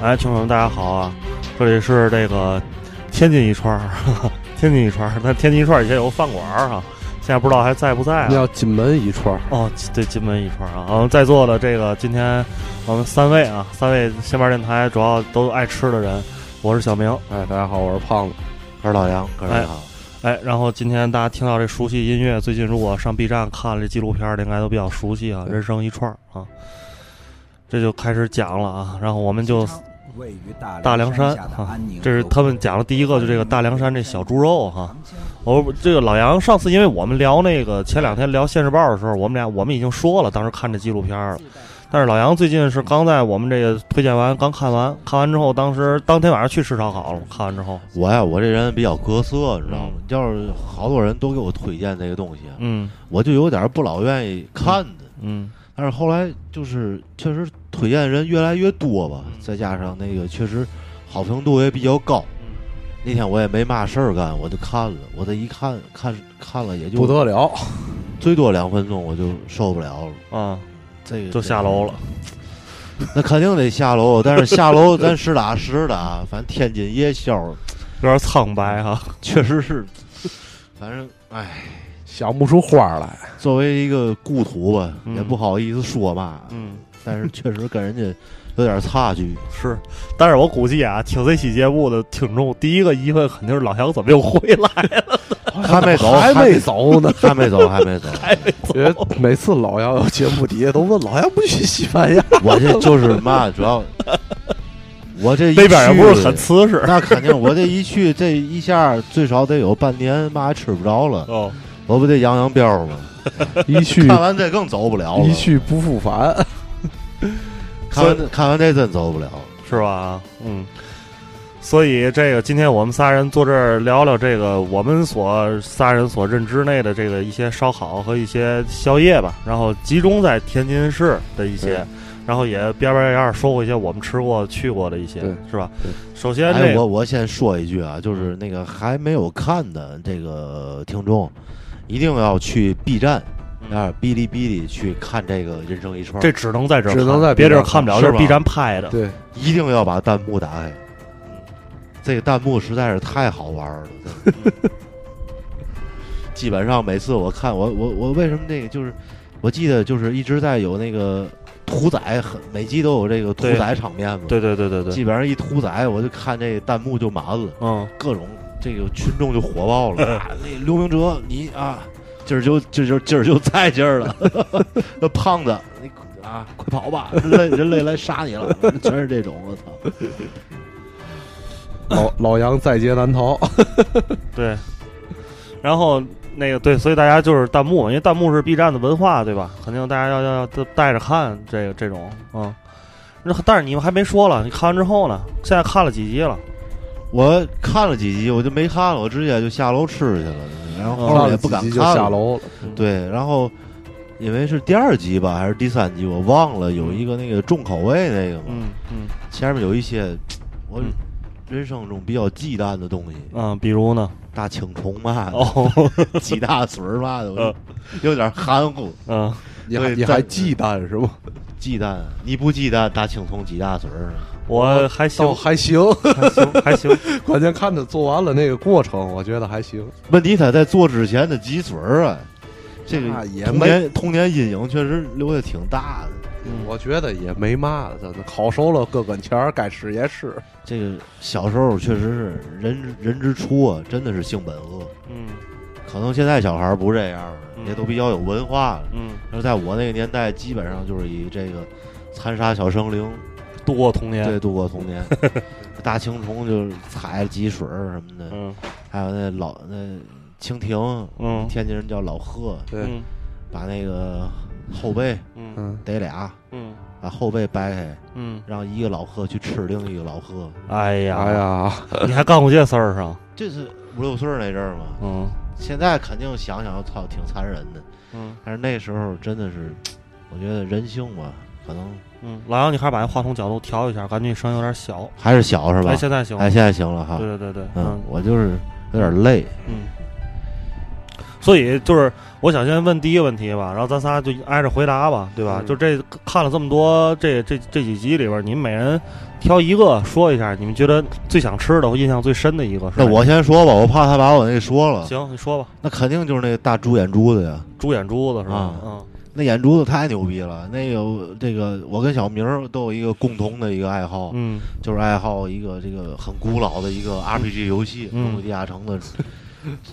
哎，听众们，大家好啊！这里是这个天津一串儿， 天津一串儿。那天津一串儿以前有个饭馆儿啊，现在不知道还在不在啊？要进门一串儿，哦，对，金门一串儿啊。然后在座的这个今天我们三位啊，三位先玩电台主要都爱吃的人，我是小明，哎，大家好，我是胖子，我是老杨，哥你好。哎，然后今天大家听到这熟悉音乐，最近如果上 B 站看了这纪录片儿的，应该都比较熟悉啊，《人生一串儿》啊，这就开始讲了啊。然后我们就位于大大凉山下的啊安宁，这是楼他们讲的第一个，就这个大凉山这小猪肉哈。我这个老杨上次因为我们聊那个前两天聊《现世报》的时候，我们俩我们已经说了，当时看这纪录片了。但是老杨最近是刚在我们这个推荐完，刚看完，看完之后，当时当天晚上去吃烧烤了。看完之后，我呀，我这人比较格色，你知道吗嗯？要是好多人都给我推荐这个东西，嗯我就有点不老愿意看的。嗯但是后来就是确实推荐人越来越多吧嗯，再加上那个确实好评度也比较高。那天我也没嘛事儿干，我就看了，我这一看看看了也不就得了，最多两分钟，我就受不了了，啊，这个就下楼了。。 那肯定得下楼，但是下楼咱实打实的啊，反正天津夜宵有点苍白哈，确实是，反正哎，想不出花儿来，作为一个故土吧，嗯也不好意思说嘛，嗯，但是确实跟人家 有点差距。 是，但是我估计啊，听这期节目的听众，第一个疑问肯定是老杨怎么又回来还没走，哎还没没，走 呢。还 没走，还没走。因为每次老杨有节目底下都问老杨不去西班牙，我这就是嘛，主要我这一那边也不去是很瓷实。那肯定，我这一去，这一下最少得有半年，嘛也吃不着了，哦，我不得养养膘吗？ 一去看完这更走不了了一，去不复返。看完看完这真走不了了。是吧？嗯，所以这个今天我们仨人坐这儿聊聊这个我们所仨人所认知内的这个一些烧烤和一些宵夜吧，然后集中在天津市的一些，然后也边边沿沿收获一些我们吃过去过的一些对，是吧对？首先哎，这我个我先说一句啊，嗯就是那个还没有看的这个听众，一定要去 B 站嗯啊，哔哩哔哩去看这个《人生一串》，这只能在这儿看，只能在别地儿 B 站看不了，看这是是吧 B 站拍的。对，一定要把弹幕打开。嗯这个弹幕实在是太好玩了，真嗯的 基本上每次我看我我我为什么那个就是，我记得就是一直在有那个屠宰，很每集都有这个屠对宰场面嘛，对对对对对，基本上一屠宰我就看这弹幕就满了。嗯，各种这个群众就火爆了。啊、 那刘明哲，你啊，今儿就今儿就今儿就在这儿 了。那胖子，你啊，快跑吧！人类人类来杀你了， 全是这种。我操！老老杨在劫难逃，对。然后那个对，所以大家就是弹幕，因为弹幕是 B 站的文化，对吧？肯定大家要要要都带着看这个这种啊。那但是你们还没说了，你看完之后呢？现在看了几集了？我看了几集，我就没看了，我直接就下楼吃去了。然哦后后来也不上敢了几集就看下嗯了。楼了。对，然后因为是第二集吧，还是第三集，我忘了。有一个那个重口味那个嘛，嗯嗯前面有一些我嗯人生中比较忌惮的东西，嗯，比如呢？大青虫嘛的。哦， 几大嘴儿嘛的，嗯我有点含糊。 嗯，你还对你还但忌惮是吗？忌惮，你不忌惮大青铜几大嘴儿？啊我还行倒，还行，哦 还 行，还行。关键看他做完了那个过程，我觉得还行。问题他在做之前的几嘴儿啊，这那个也童没，年童年阴影确实留的挺大的。嗯我觉得也没嘛的，真的烤熟了搁跟前儿，该吃也吃。这个小时候确实是人人之初啊，真的是性本恶。嗯可能现在小孩儿不这样了，嗯也都比较有文化了。嗯，而在我那个年代，基本上就是以这个残杀小 生灵度过童年。对度过童年。大青虫就是踩几水儿什么的，嗯还有那老那蜻蜓，嗯天津人叫老贺，对，嗯把那个后背嗯嗯，逮俩，嗯把后背掰开，嗯。让一个老贺去吃另一个老贺，哎呀哎，呀。你还干过这事儿上？这是五六岁儿那阵儿嘛。嗯现在肯定想想，操，挺残忍的。嗯但是那时候真的是，我觉得人性吧，可能嗯，老杨，你还是把那话筒角度调一下，感觉你声音有点小。还是小是吧哎，？现在行吗嗯哎，现在行了哈。对对对对，嗯，我就是有点累。嗯，所以就是我想先问第一个问题吧，然后咱仨就挨着回答吧，对吧？嗯就这看了这么多这这这几集里边，你们每人挑一个说一下，你们觉得最想吃的或印象最深的一个是哪那个？我先说吧，我怕他把我那说了。行，你说吧，那肯定就是那大猪眼珠子呀，猪眼珠子是吧？啊嗯那眼珠子太牛逼了。那个这个，我跟小明儿都有一个共同的一个爱好，嗯就是爱好一个这个很古老的一个 RPG 游戏《嗯龙与地下城》的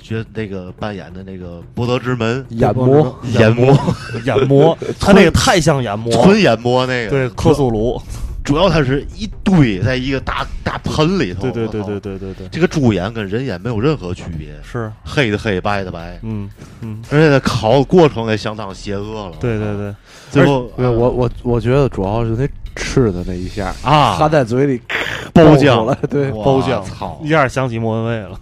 角那个扮演的那个博德之门眼膜，眼魔眼 魔，他那个太像眼魔，纯眼魔那个，对克苏鲁，主要它是一堆在一个大大盆里头，对对对我靠对，对对对，这个猪眼跟人眼没有任何区别，是，黑的黑，白的白，嗯嗯，而且它烤的过程也相当邪恶了。对对呃对，最后对我我我觉得主要是那吃的那一下，啊，含在嘴里包爆浆出来，对，哇包浆操一！下想起莫文蔚了，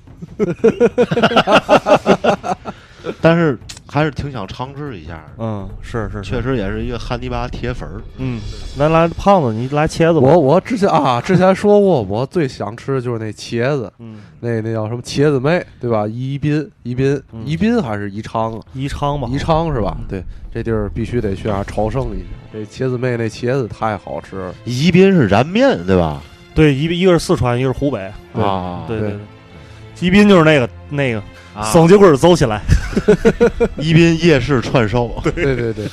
但是还是挺想尝试一下的，嗯，是是是，确实也是一个汉尼拔铁粉儿。嗯，来来，胖子，你来茄子吧。我我之前啊，之前说过，我最想吃的就是那茄子，嗯，那那叫什么茄子妹，对吧？宜宾，宜宾，嗯宜宾还是宜昌啊？宜昌吧，宜昌是吧嗯？对，这地儿必须得去啊，朝圣一下。这茄子妹那茄子太好吃了，宜宾是燃面对吧？对，一一个是四川，一个是湖北，对啊，对对对。宜宾就是那个那个啊双截棍儿走起来，宜宾夜市串烧， 对对 对，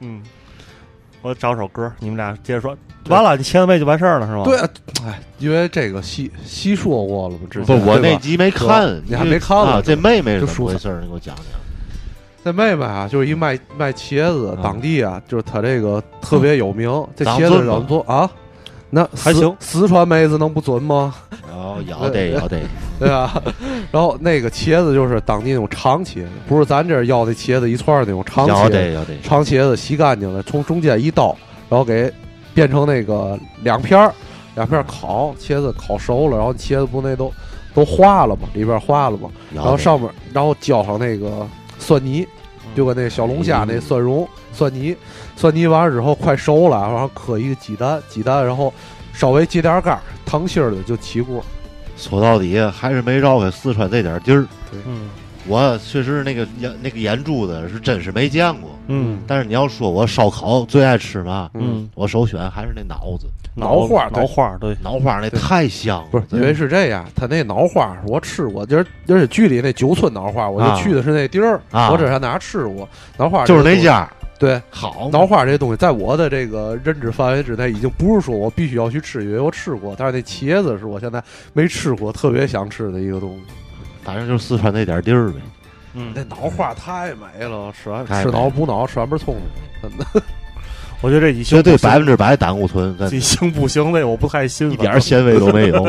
嗯，我找首歌，你们俩接着说。完了，你茄子妹就完事儿了是吗？对，哎，因为这个细细说过了嘛，之前不，我对那吧集没看，你还没看呢啊？这妹妹是就怎蔬么菜回事儿？你给我讲讲。那妹妹啊，就是一卖卖茄子啊，当地啊，就是她这个特别有名。这长茄尊子吗怎么做啊？那还四行四川妹子能不准吗？ 哦，要得要得，对吧？ 然后那个茄子就是当地那种长茄子，不是咱这儿要的茄子一串儿那种长要茄子，得要得。长茄子洗干净了，从中间一刀，然后给变成那个两片儿，两片儿烤，茄子烤熟了，然后茄子不那都都化了嘛，里边儿化了嘛，然然后上面然后浇上那个蒜泥，嗯就跟那小龙虾嗯那蒜蓉、蒜泥，蒜泥完了之后快熟了，然后磕一个鸡蛋，鸡蛋然后稍微接点儿干糖心儿的就起锅。说到底还是没绕开四川这点儿地儿。嗯我确实那个眼那个眼珠子是真是没见过，嗯但是你要说我烧烤最爱吃嘛，嗯，嗯，我首选还是那脑子，脑脑花儿脑花儿对，脑花那对太香了。不是，因为是这样，他那脑花我吃过，就是就是剧里那九村脑花，我啊就去的是那地儿，啊我只上哪儿吃过脑花，就是那。家哦对，好脑花这东西在我的这个认知范围之内，已经不是说我必须要去吃，因为我吃过，但是那茄子是我现在没吃过，特别想吃的一个东西。反正就是四川那点儿地儿呗。嗯那，脑花太美了，吃完太吃美脑补脑，吃完不是聪明。我觉得这已经绝对不行百分之百胆固醇，跟已经不行那我不太信了，一点儿咸味都没有。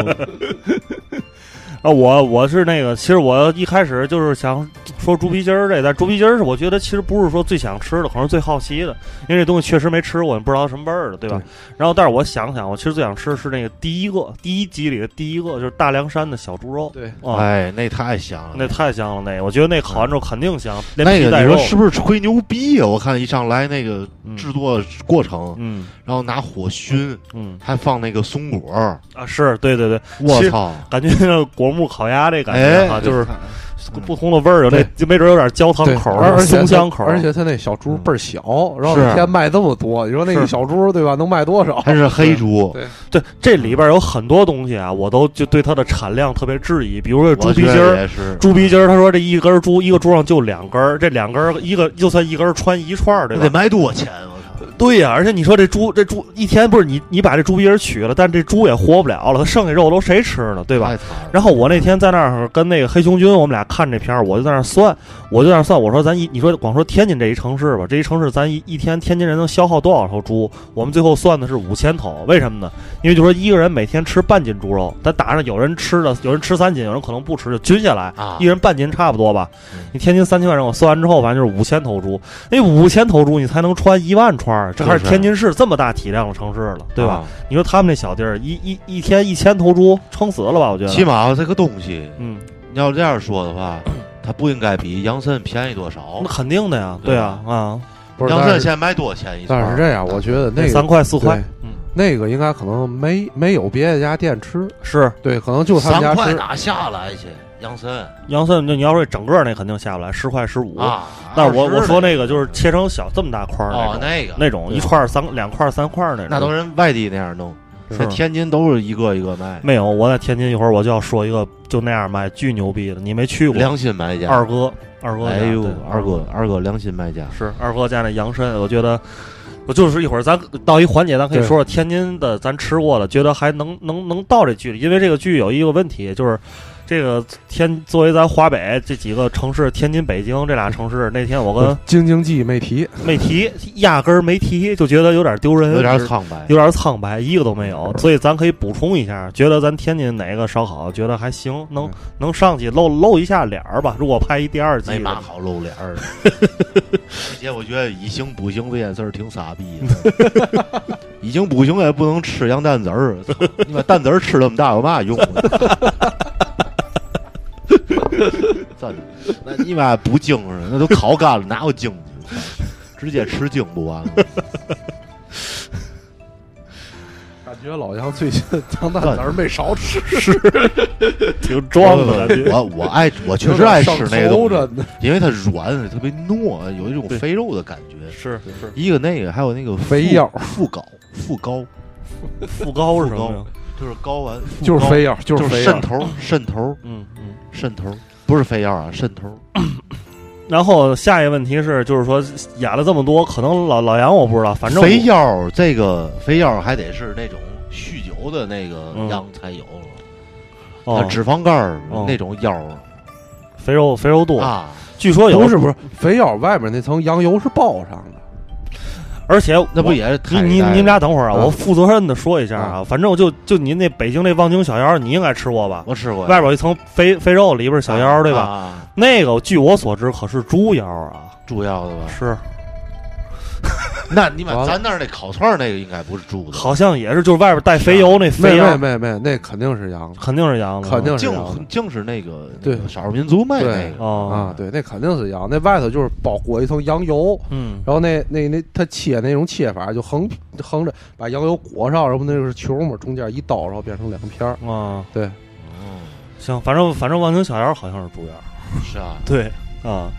啊，我我是那个，其实我一开始就是想说猪皮筋儿这，但猪皮筋儿是我觉得其实不是说最想吃的，可能是最好奇的，因为这东西确实没吃过，也不知道什么味儿的，对吧？对然后，但是我想想，我其实最想吃是那个第一个第一集里的第一个，就是大凉山的小猪肉，对， 啊，哎，那太香了，那太香了，那个我觉得那烤完之后肯定香，连那皮个带你肉说是不是吹牛逼啊？我看一上来那个制作过程，嗯然后拿火熏，嗯还放那个松果儿，啊，是对对对，我其实操！感觉那果木烤鸭这感哎觉啊，，就是嗯不同的味儿，有那对就没准有点焦糖对口而儿、而且松它香口儿，而且它那小猪倍儿小，然后嗯是一天卖这么多，你说那是个小猪对吧，能卖多少？还是黑猪，对对，这里边有很多东西啊，我都就对它的产量特别质疑，比如说猪我皮觉筋得儿。也是。猪皮筋儿，他说这一根儿猪，一个猪上就两根儿，这两根儿一个就算一根儿穿一串儿，对那得吧？卖多少钱？啊我操！对呀、而且你说这猪，这猪一天不是你你把这猪皮筋儿取了，但这猪也活不了了，它剩下肉都谁吃呢？对吧？太惨了然后我那天在那儿跟那个黑熊军，我们俩看这片儿，我就在那儿算，我就在那儿算，我说咱一，你说光说天津这一城市吧，这一城市咱一一天天津人能消耗多少头猪？我们最后算的是五千头，为什么呢？因为就说一个人每天吃半斤猪肉，咱打上有人吃了，有人吃三斤，有人可能不吃，就均下来，啊一，人半斤差不多吧嗯。你天津三千万人，我算完之后，反正就是五千头猪，那五千头猪你才能穿一万串儿，这还是就是天津市这么大体量的城市了，对吧？啊？你说他们那小地儿，一一一天一千头猪，撑死了吧？我觉得。起码这个东西，嗯，你要这样说的话，它不应该比洋参便宜多少那。肯定的呀，哦对对吧啊，啊，不是，洋但参是现在卖多少钱一串？但是这样，我觉得那个三块四块对，嗯，那个应该可能没没有别的家店吃，是对，可能就他们家三块吃。哪下来去？杨森杨森，那你要说整个那肯定下不来，十块十五。啊，但是我20我说那个就是切成小这么大块儿哦那种，那个那种对一块儿三两块儿三块儿那种。那都是人外地那样弄，在是天津都是一个一个卖，没有，我在天津一会儿我就要说一个就那样卖，巨牛逼的，你没去过。良心买家。二哥，二哥家，哎呦对，二哥二哥良心卖家，是二哥家那洋参，我觉得我就是一会儿咱到一环节，咱可以对说说天津的，咱吃过的，觉得还能能能到这距离，因为这个距有一个问题就是。这个天作为咱华北这几个城市，天津、北京这俩城市，那天我 跟京津冀没提，没提，压根儿没提，就觉得有点丢人，有点就是苍白。有点苍白，一个都没有。所以咱可以补充一下，觉得咱天津哪个烧烤觉得还行，能嗯能上去露露一下脸儿吧。如果拍一第二季没的，嘛好露脸儿的， 而且我觉得以形补形这件事儿挺傻逼的。 以形补形也不能吃羊蛋子儿，啊操你把蛋子儿吃那么大有嘛用啊？ 真的，那你妈不精神，那都烤干了，哪有精去？直接吃精不完了，感觉老杨最近当蛋子儿没少吃，是挺装的感觉。我我爱我确实爱吃那个东西，嗯着呢。因为它软，特别糯，有一种对肥肉的感觉。是是，一个那个，还有那个肥腰副膏、副膏，副高是什么副呀高？就是睾丸，就是啊高肥腰，就就是肥渗腰，头，渗头，嗯嗯。渗头，不是肥腰啊，渗头。然后下一个问题是，就是说演了这么多，可能老老杨我不知道，反正我肥腰这个肥腰还得是那种酗酒的那个羊才有了，它嗯哦，脂肪肝儿哦那种腰肥肉肥肉多。啊，据说有不是不是肥腰外面那层羊油是爆上的，而且那不我也是你太你你们俩等会儿啊，啊我负责任的说一下啊，反正就就您那北京那望京小腰，你应该吃过吧？我吃过呀外边有一层肥肥肉，里边是小腰，对吧？啊那个据我所知可是猪腰啊，猪腰的吧？是那你把完了咱那儿那烤串儿那个应该不是猪的，好像也是就是外边带肥油那没肥没羊，没没，那肯定是羊的肯定是羊的，啊肯定是嗯净这样的净是那个对那个少数民族卖那个哦啊，对，那肯定是羊，那外头就是包裹一层羊油，嗯然后那那那它切那种切法就横横着把羊油裹上，然后那就是球嘛，中间一刀，然后变成两片儿。啊，对，哦，行，反正反正望京小腰好像是猪腰，是啊，对啊。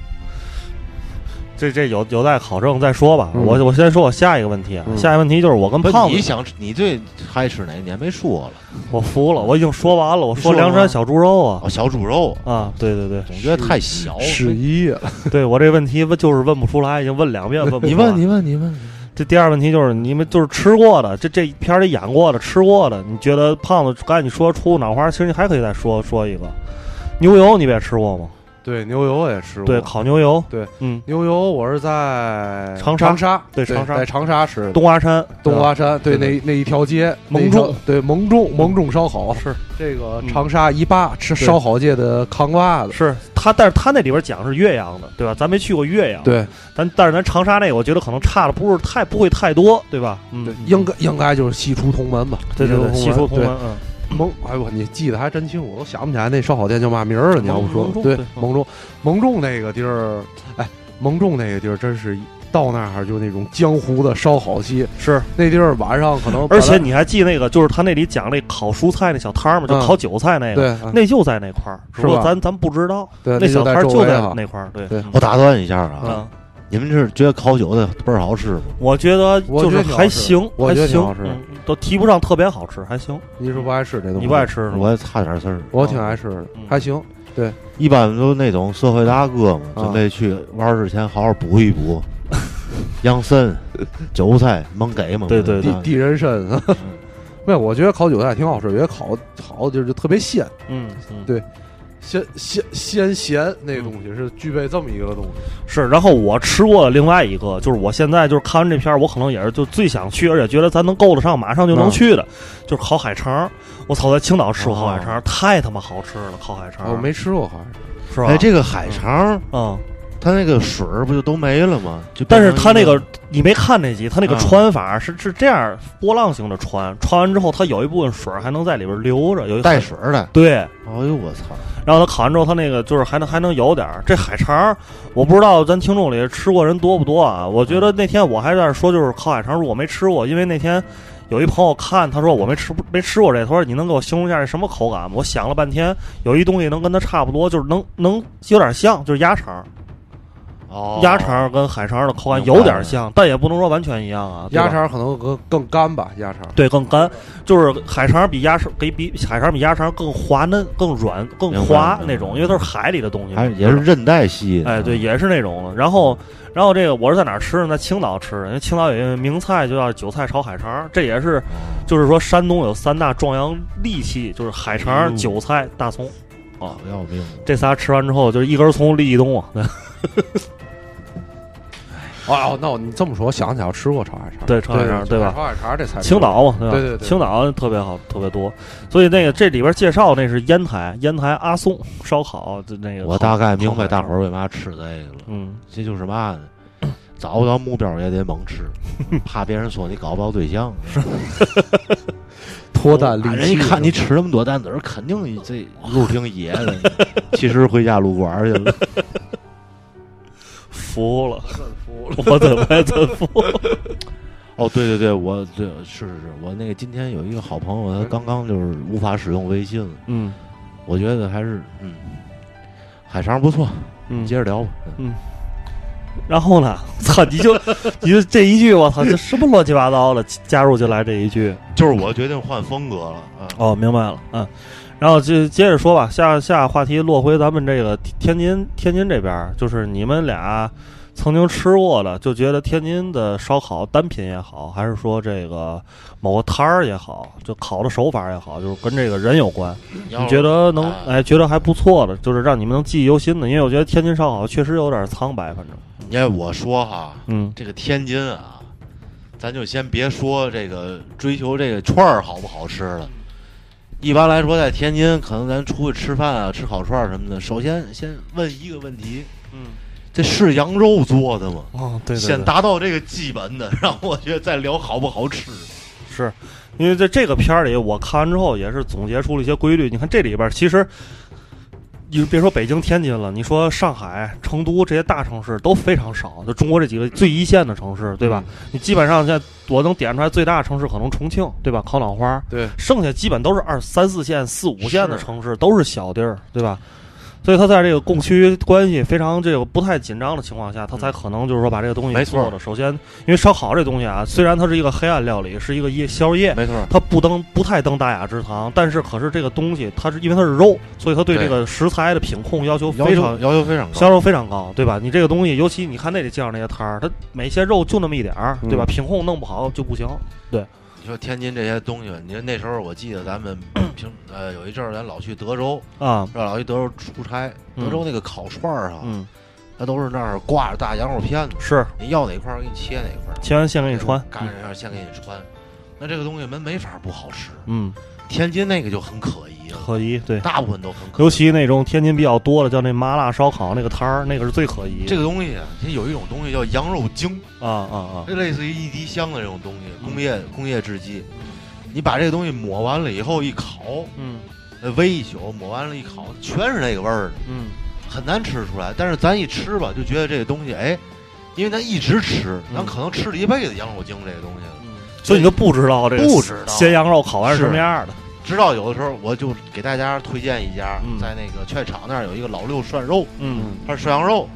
这这有有待考证再说吧。嗯我我先说我下一个问题啊，嗯下一个问题就是我跟不胖，你子，想吃你最爱吃哪个？你还没说了。我服了，我已经说完了，我你说说了梁吗山小猪肉啊哦，小猪肉，啊，对对对，总觉得太小哦了。屎一夜对我这问题问就是问不出来，已经问两遍问不出来。你问，你问，你问，这第二问题就是你们就是吃过的，这这片儿里演过的、吃过的，你觉得胖子刚才你说出脑花，其实你还可以再说说一个牛油，你不也吃过吗？对，牛油我也吃过。对，烤牛油，对，嗯，牛油我是在长沙沙，长沙对长沙在长沙吃的。东华山，东华山，对对那那一条街，蒙那一条众，对蒙众，蒙众烧烤是这个嗯长沙一霸，吃对烧烤界的扛把子。是他，但是他那里边讲是岳阳的，对吧？咱没去过岳阳，，对，咱但是咱长沙那个，我觉得可能差的不是太不会太多，对吧？嗯，对嗯，应该应该就是西出同门吧，对对对，西西出同同门门，对嗯，蒙，哎呦，你记得还真清楚，我都想不起来那烧烤店叫嘛名儿了。你要不蒙说，众对对，蒙众，蒙众那个地儿，哎，蒙众那个地儿真是一到那儿就那种江湖的烧烤气，是。那地儿晚上可能本而来，且你还记那个，就是他那里讲那烤蔬菜那小摊儿吗？就嗯烤韭菜那个，对啊那就在那块儿，只不过吧咱咱不知道，对，那小就摊在儿周就围在啊，那块儿，对对嗯嗯我打断一下啊，啊，你们是觉得烤酒的倍儿好吃吗？我觉得我就是觉得挺好还吃行，我还觉得挺行好吃的嗯都提不上特别好吃，还行。你是不爱吃这东西？你不爱吃是吗？我也差点事儿，我挺爱吃的嗯，还行。一般都那种社会大哥嘛，嗯啊准备去玩儿之前好好补 一补，养参、韭菜猛给猛对给。对地啊地人参，没有，我觉得烤韭菜挺好吃，我觉得烤好的就是就特别鲜，嗯嗯，对鲜鲜鲜咸那个东西是具备这么一个东西。是。然后我吃过的另外一个，就是我现在就是看完这片儿，我可能也是就最想去，而且觉得咱能够得上，马上就能嗯去的，就是烤海肠。我操，在青岛吃过烤海哦肠，太他妈好吃了，烤海肠。我没吃过，好像是是吧？哎，这个哎海肠，嗯，它那个水儿不就都没了吗？就变但成是它那一个你没看那集，它那个啊穿法是是这样波浪形的穿，穿完之后它有一部分水儿还能在里边流着，有一带。水儿的。对，哎呦我操！然后它烤完之后，它那个就是还能还能有点儿。这海肠儿，我不知道咱听众里吃过人多不多啊？我觉得那天我还在那儿说，就是烤海肠，如果没吃过，因为那天有一朋友看，他说我没吃不没吃过这，他说你能给我形容一下这什么口感吗？我想了半天，有一东西能跟它差不多，就是能 能有点像，就是鸭肠，哦，鸭肠跟海肠的口感明白有点像，但也不能说完全一样啊。对吧鸭肠可能更更干吧，鸭肠对更干，就是海肠比鸭肠给比海肠比鸭肠更滑嫩、更软、更明白滑明白那种，因为它是海里的东西嘛，还是也是韧带吸引的。哎，对，也是那种的。然后，然后这个我是在哪儿吃呢？在青岛吃的，因为青岛有一个名菜就叫韭菜炒海肠儿，这也是哦，就是说山东有三大壮阳利器，就是海肠儿、嗯韭菜、大葱。好哦要命了！这仨吃完之后，就是一根葱立一冬啊。哦，那我你这么说，我想起来我吃过炒海肠，对炒海肠对对吧炒海肠这菜，青岛嘛，对吧？对对对青岛特别好，特别多。所以那个这里边介绍那是烟台，烟台阿松烧烤，就那个烤我大概明烤海白大肠伙儿为嘛吃这个了，嗯，这就是嘛 呢？找不着目标也得猛 吃，怕别人说你搞不着对象。脱单利器，人一看你吃那么多蛋子，肯定这路挺野 的。其实回家撸管去了。服了， 我怎么还真服了？哦，对对对，我对是是是，我那个今天有一个好朋友，他刚刚就是无法使用微信了，嗯我觉得还是嗯，海肠不错，嗯，接着聊吧。然后呢？ 操，你就你就这一句，我操，这什么乱七八糟的？加入就来这一句，就是我决定换风格了啊。哦，明白了，嗯。然后就接着说吧，下下话题落回咱们这个天津，天津这边儿就是你们俩曾经吃过的，就觉得天津的烧烤单品也好，还是说这个某个摊儿也好，就烤的手法也好，就是跟这个人有关，你你觉得能哎哎觉得还不错的，就是让你们能记忆犹新的，因为我觉得天津烧烤确实有点苍白，反正，因为我说哈，嗯这个天津啊，咱就先别说这个追求这个串儿好不好吃了。一般来说，在天津，可能咱出去吃饭啊，吃烤串儿什么的，首先先问一个问题：嗯，这是羊肉做的吗？哦，对对对，先达到这个基本的，然后我觉得再聊好不好吃。是因为在这个片儿里，我看完之后也是总结出了一些规律。你看这里边儿其实，你别说北京、天津了，你说上海、成都这些大城市都非常少，就中国这几个最一线的城市，对吧？嗯你基本上现在我能点出来最大的城市可能重庆，对吧？烤脑花，对，剩下基本都是二三四线、四五线的是城市，都是小地儿，对吧？所以他在这个供需关系非常这个不太紧张的情况下，他才可能就是说把这个东西嗯没错做的。首先，因为烧烤这东西啊，虽然它是一个黑暗料理，是一个夜宵夜，没错，它不登不太登大雅之堂，但是可是这个东西它是因为它是肉，所以它对这对个食材的品控要求要非求常要求非常销高。售非常高，对吧？你这个东西，尤其你看那里介绍那些摊儿，它每些肉就那么一点儿，对吧？嗯品控弄不好就不行。你说天津这些东西，你说那时候我记得咱们平呃有一阵儿咱老去德州，啊，是吧老去德州出差，嗯德州那个烤串儿啊，嗯，它都是那儿挂着大羊肉片子，是，你要哪块儿我给你切哪块儿，切完先给你穿，干这样先给你穿。那这个东西们没法不好吃，嗯，天津那个就很可疑了，可疑，对。大部分都很可疑。尤其那种天津比较多的，叫那麻辣烧烤那个摊儿，那个是最可疑的。这个东西啊，它有一种东西叫羊肉精，啊啊啊！这类似于一滴香的这种东西，嗯工业工业制剂。你把这个东西抹完了以后一烤，嗯呃煨一宿，抹完了一烤，全是那个味儿的，嗯，很难吃出来。但是咱一吃吧，就觉得这个东西，哎，因为咱一直吃，咱嗯可能吃了一辈子羊肉精这个东西了。所以你都不知道这个不知道咸羊肉烤完是什么是样的。直到有的时候，我就给大家推荐一家，嗯在那个劝场那儿有一个老六涮肉，嗯他是涮羊肉，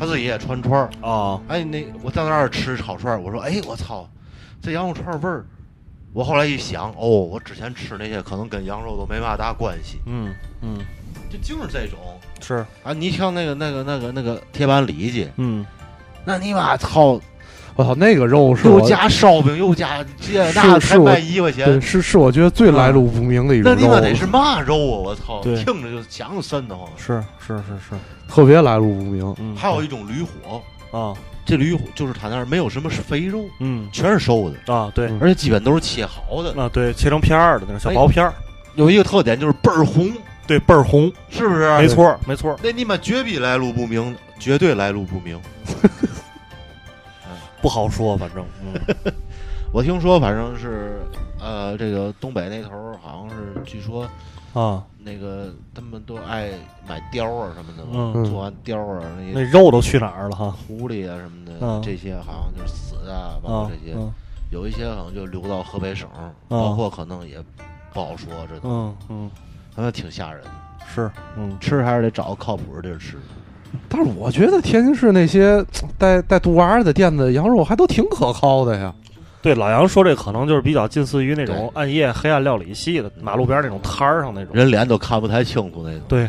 他自己也串串儿。哦，哎，那我在那儿吃炒串儿，我说，哎，我操，这羊肉串儿味儿。我后来一想，哦，我之前吃那些可能跟羊肉都没嘛大关系，嗯嗯，就净是这种是，啊！你像那个那个那个那个铁板里脊，嗯。那你妈操，我操，那个肉是又我加烧饼又加这是那才是我卖一块对钱，是是我觉得最来路不明的一种那你妈肉，得是嘛肉啊！我操，对听着就想就瘆得慌。是是是是，特别来路不明。嗯，还有一种驴火，啊，这驴火就是他那儿没有什么肥肉，嗯全是瘦的，啊，对，嗯而且基本都是切好的。啊对，切成片儿的那种小哎薄片儿，有一个特点就是倍儿红，对，倍儿红，是不是？没错儿没错儿，那你妈绝逼来路不明，绝对来路不明。不好说，反正， 嗯我听说，反正是，呃，这个东北那头儿好像是，据说啊，那个他们都爱买貂儿啊什么的嘛，嗯，做完貂儿啊那那些肉都去哪儿了哈？狐狸啊什么的，嗯哦这些好像就是死的，包括啊这些，，嗯有一些可能就流到河北省，包括可能也不好说，这都嗯嗯，反正挺吓人的。是，嗯吃还是得找个靠谱的地儿吃。但是我觉得天津市那些带带肚娃儿的店的羊肉还都挺可靠的呀。，对，老杨说这可能就是比较近似于那种对暗夜黑暗料理系的，马路边那种摊儿上那种。人脸都看不太清楚那种。对，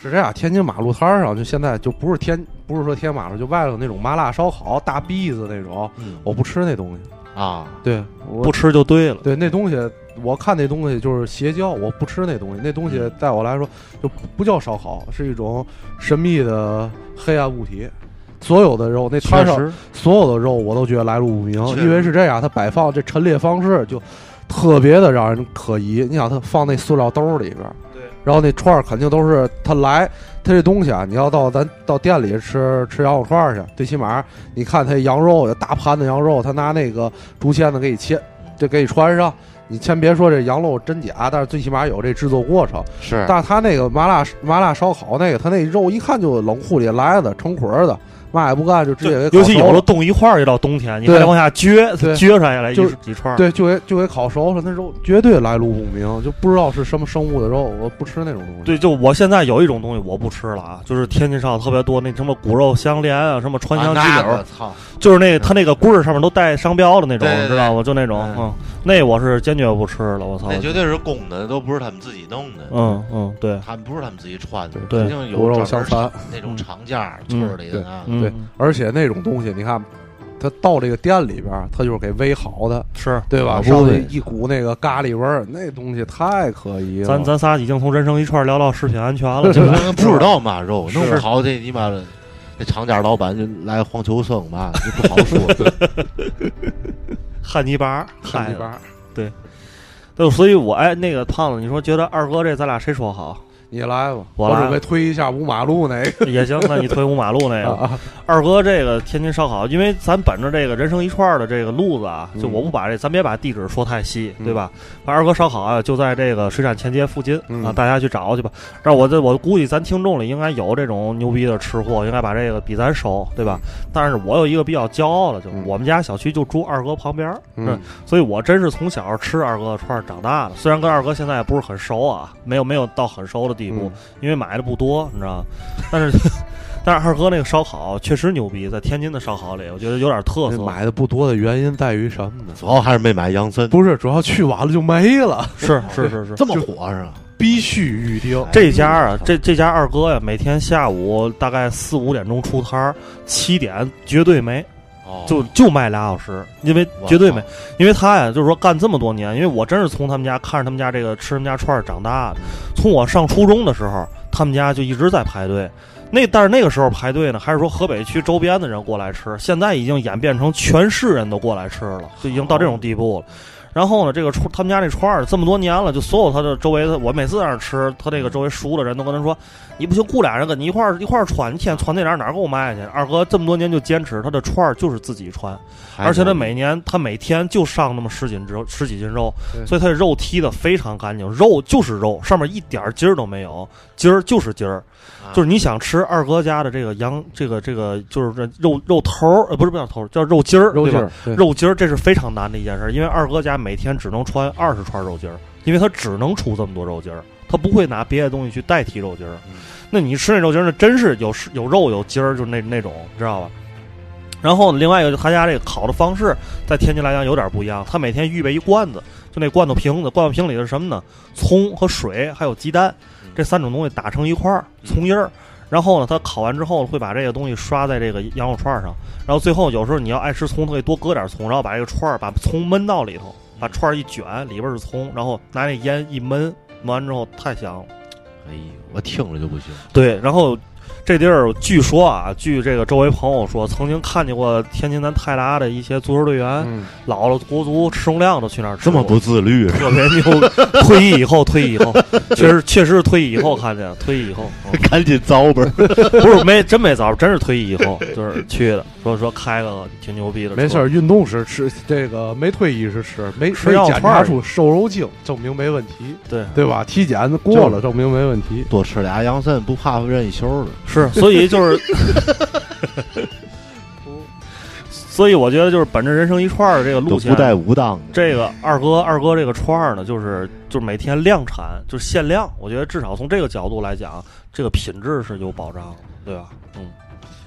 是这样，天津马路摊儿上就现在就不是天，不是说天马路，就外头那种麻辣烧烤、大篦子那种，嗯我不吃那东西。啊，对，我不吃就对了。对那东西，我看那东西就是邪教，我不吃那东西。那东西嗯在我来说就不不叫烧烤，是一种神秘的黑暗物体。所有的肉，那摊确上实，所有的肉我都觉得来路不明确，实因为是这样，它摆放这陈列方式就特别的让人可疑。你想，它放那塑料兜里边，对，然后那串儿肯定都是它来，它这东西啊，你要到咱到店里吃吃羊肉串儿去，最起码你看它羊肉有大盘子羊肉，它拿那个竹签子给你切，就给你穿上。你先别说这羊肉真假，但是最起码有这制作过程。是但是他那个麻辣麻辣烧烤那个，他那肉一看就冷库里来的，成捆儿的，嘛也不干就直接给尤其烤有熟了了冻一块儿，一到冬天，你还对得往下撅，它对撅出来一就是几串儿。对，就给就给烤熟了，那肉绝对来路不明，就不知道是什么生物的肉，我不吃那种东西。对，就我现在有一种东西我不吃了啊，就是天津上特别多那什么骨肉相连啊，什么川啊香那鸡个柳，操，就是那它那个棍儿上面都带商标的那种，对对对知道吗？就那种嗯，嗯，那我是坚决不吃了，我操。那绝对是供的，都不是他们自己弄的。嗯嗯，对，他们不是他们自己穿的，对肯定有骨肉专门相残那种厂家村儿里的啊。嗯对而且那种东西，你看，它到这个店里边儿，它就是给煨好的，是。对吧？啊上对去一股那个咖喱味儿，那东西太可疑了。咱咱仨已经从人生一串聊到食品安全 了， 就就是是 他们不知道嘛肉，是弄不好这你妈的，这厂家老板就来黄秋生嘛，就不好 说。汉尼拔儿，看嗨一，边儿，对，所以我哎，那个胖子，你说觉得二哥这咱俩谁说好 你来吧，我我来准备推一下五马路那个也行？那你推五马路那个 啊，二哥这个天津烧烤，因为咱本着这个人生一串儿的这个路子啊，嗯就我不把这，咱别把地址说太细，嗯对吧？反正二哥烧烤啊，就在这个水产前街附近、嗯啊，大家去找去吧。但我这我估计咱听众里应该有这种牛逼的吃货，应该把这个比咱熟，对吧？但是我有一个比较骄傲的，就嗯我们家小区就住二哥旁边儿，嗯，所以我真是从小吃二哥的串儿长大的。虽然跟二哥现在也不是很熟啊，没有没有到很熟的地步，嗯因为买的不多，你知道吗？但是但是二哥那个烧烤确实牛逼，在天津的烧烤里，我觉得有点特那色。嗯买的不多的原因在于什么呢？主要还是没买杨森，不是，主要去晚了就没了， 是是是是，这么火啊是吧？必须预定。这家啊，这这家二哥呀，每天下午大概四五点钟出摊儿，七点绝对没，哦就就卖俩小时，因为我绝对操没，因为他呀，就是说干这么多年，因为我真是从他们家看着他们家这个吃他们家串儿长大的，从我上初中的时候，他们家就一直在排队。那但是那个时候排队呢，还是说河北区周边的人过来吃，现在已经演变成全市人都过来吃了，就已经到这种地步了。然后呢，这个串他们家那串儿这么多年了，就所有他的周围的，我每次在那儿吃，他这个周围熟的人都跟他说：“你不行，雇俩人跟你一块儿一块儿穿，你天天穿那点儿哪儿给我卖去？”二哥这么多年就坚持，他的串儿就是自己穿。哦还而且他有每年他每天就上那么十斤肉，十几斤肉，对所以他的肉剔的非常干净，肉就是肉，上面一点儿筋儿都没有，筋儿就是筋儿，啊就是你想吃二哥家的这个羊，这个这个就是这肉肉头儿，呃，不是不叫头儿，叫肉筋儿，肉对劲吧儿，对肉筋儿这是非常难的一件事儿，因为二哥家每天只能穿二十串肉筋儿，因为他只能出这么多肉筋儿，他不会拿别的东西去代替肉筋儿。嗯那你吃那肉筋儿，那真是有是有肉有筋儿，就是那那种，知道吧？然后另外一个，他家这个烤的方式，在天津来讲有点不一样。他每天预备一罐子，就那罐头瓶子，罐头瓶里的是什么呢？葱和水还有鸡蛋嗯这三种东西打成一块儿，葱叶儿。然后呢，他烤完之后会把这个东西刷在这个羊肉串儿上，然后最后有时候你要爱吃葱，他会多搁点葱，然后把这个串儿把葱焖到里头，把串儿一卷，里边儿是葱，然后拿那烟一焖，焖完之后太香了。哎呦，我听着就不行。对，然后这地儿据说啊，据这个周围朋友说，曾经看见过天津咱泰达的一些足球队员、嗯老了国足吃容量都去那儿吃这过，么不自律， 特别牛。退役以后，退役以后，确实确实是退役以后看见的，退役以后、嗯赶紧糟吧！不是没真没招，真是退役以后就是去的，说说开个挺牛逼的车，没事儿，运动时吃这个没退役时吃，没吃药没检串儿查出瘦肉精，证明没问题，对。对吧？体检过了，证明没问题。 多吃俩洋参，不怕任一宿了。 是，所以就是，所以我觉得就是本着人生一串儿的这个都路不线，带无当的。这个二哥二哥这个串儿呢，就是就是每天量产，就是限量。我觉得至少从这个角度来讲，这个品质是有保障的，对吧？嗯，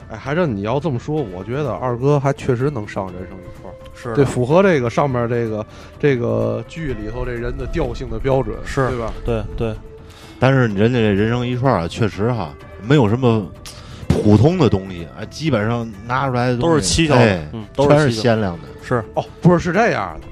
哎，还真你要这么说，我觉得二哥还确实能上人生一串，是对，的符合这个上面这个这个剧里头这人的调性的标准，是对吧？对对，但是人家这人生一串啊，确实哈，没有什么普通的东西啊，基本上拿出来的东西都是蹊跷哎的，嗯，都全蹊是跷的，限量的。是哦，不是，是这样的。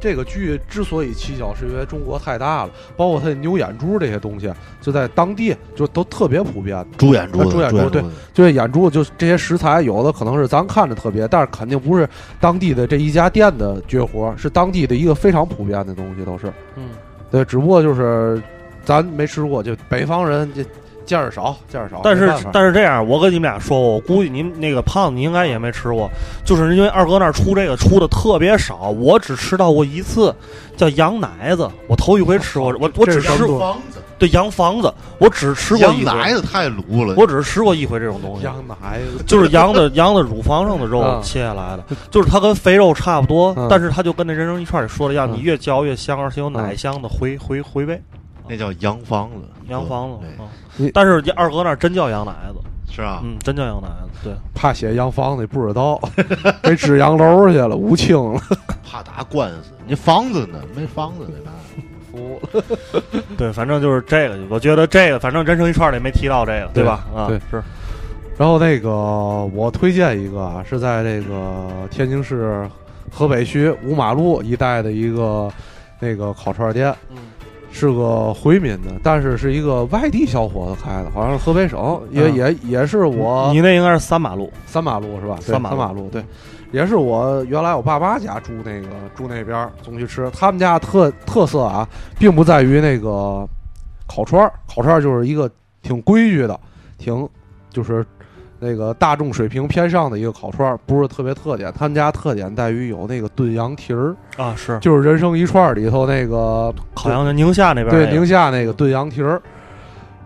这个剧之所以蹊跷，是因为中国太大了，包括它的牛眼珠这些东西，就在当地就都特别普遍。猪眼珠啊子，猪眼珠眼对子，就是眼珠，就是这些食材，有的可能是咱看着特别，但是肯定不是当地的这一家店的绝活，是当地的一个非常普遍的东西，都是。嗯，对，只不过就是咱没吃过，就北方人这见儿少，见儿少。但没是办法但是这样，我跟你们俩说，我估计您那个胖子你应该也没吃过，就是因为二哥那儿出这个出的特别少，我只吃到过一次，叫羊奶子，我头一回吃过，我我这只是什吃么房子，对羊房子，我只吃过羊一奶回，子太卤了。我只吃过一回这种东西，羊奶就是羊的 羊的乳房上的肉啊切下来的，就是它跟肥肉差不多嗯，但是它就跟那人生一串里说的一样，嗯你越嚼越香，而且有奶嗯香的回回回味那叫羊房子，羊房子对。嗯你但是二哥那儿真叫羊奶子，是啊，嗯，真叫羊奶子，对。怕写洋房子不知道， 给指洋楼去了，无情了，怕打官司。你房子呢？没房子那嘛？服了。对，反正就是这个，我觉得这个，反正人生一串儿里没提到这个，对吧？啊，对是，然后那个我推荐一个啊，是在这个天津市河北区五马路一带的一个那个烤串店，嗯是个回民的，但是是一个外地小伙子开的，好像是河北省，也、嗯也也是我你那应该是三马路，三马路是吧？对三马路三马路对，也是我原来我爸妈家住那个住那边儿总去吃，他们家特特色啊，并不在于那个烤串儿，烤串儿就是一个挺规矩的，挺就是那个大众水平偏上的一个烤串儿，不是特别特点。他们家特点在于有那个炖羊蹄儿，啊，是就是人生一串儿里头那个烤羊的宁夏那边那对个宁夏那个炖羊蹄儿，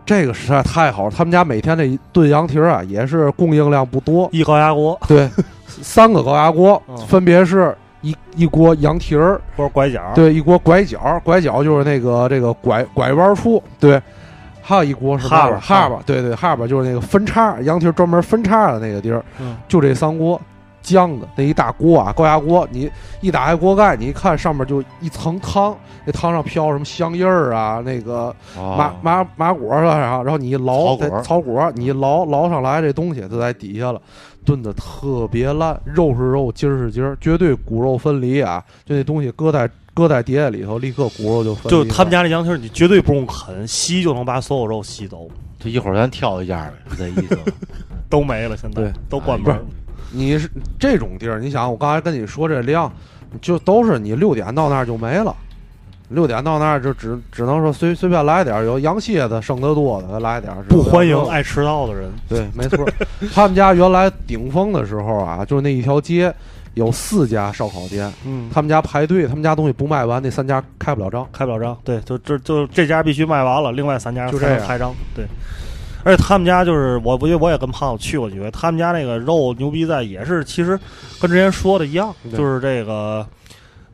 这个实在太好了。他们家每天这一炖羊蹄儿啊，也是供应量不多，一高压锅 对，三个高压锅嗯，分别是一一锅羊蹄儿，或者拐角，对，一锅拐角，拐角就是那个这个拐拐弯处，对。还有一锅是哈巴哈巴，对对，哈巴就是那个分叉羊蹄儿专门分叉的那个地儿，嗯，就这三锅酱的那一大锅啊，高压锅，你一打开锅盖，你一看上面就一层汤，那汤上飘什么香叶儿啊，那个麻啊，麻麻果儿啊，然后然后你一草捞，果儿在草果儿，你一捞捞上来这东西就在底下了，炖的特别烂，肉是肉，筋儿是筋儿，绝对骨肉分离啊！就那东西搁在搁在碟里头，立刻骨肉就分离就了。他们家那羊蹄儿，你绝对不用啃，吸就能把所有肉吸走，这一会儿咱挑一家呗，是这意思吗？都没了，现在对都关门哎你是这种地儿，你想我刚才跟你说这量，就都是你六点到那儿就没了。六点到那儿就只只能说随随便来点儿，有羊蝎子剩得多的来点儿，不欢迎哎。爱迟到的人，对，没错儿。他们家原来顶峰的时候啊，就是那一条街有四家烧烤店，嗯，他们家排队，他们家东西不卖完，那三家开不了张。开不了张，对，就这就这家必须卖完了，另外三家就才这能样开张，对。而且他们家就是我，我也我也跟胖子去过几回，他们家那个肉牛逼在也是，其实跟之前说的一样，对就是这个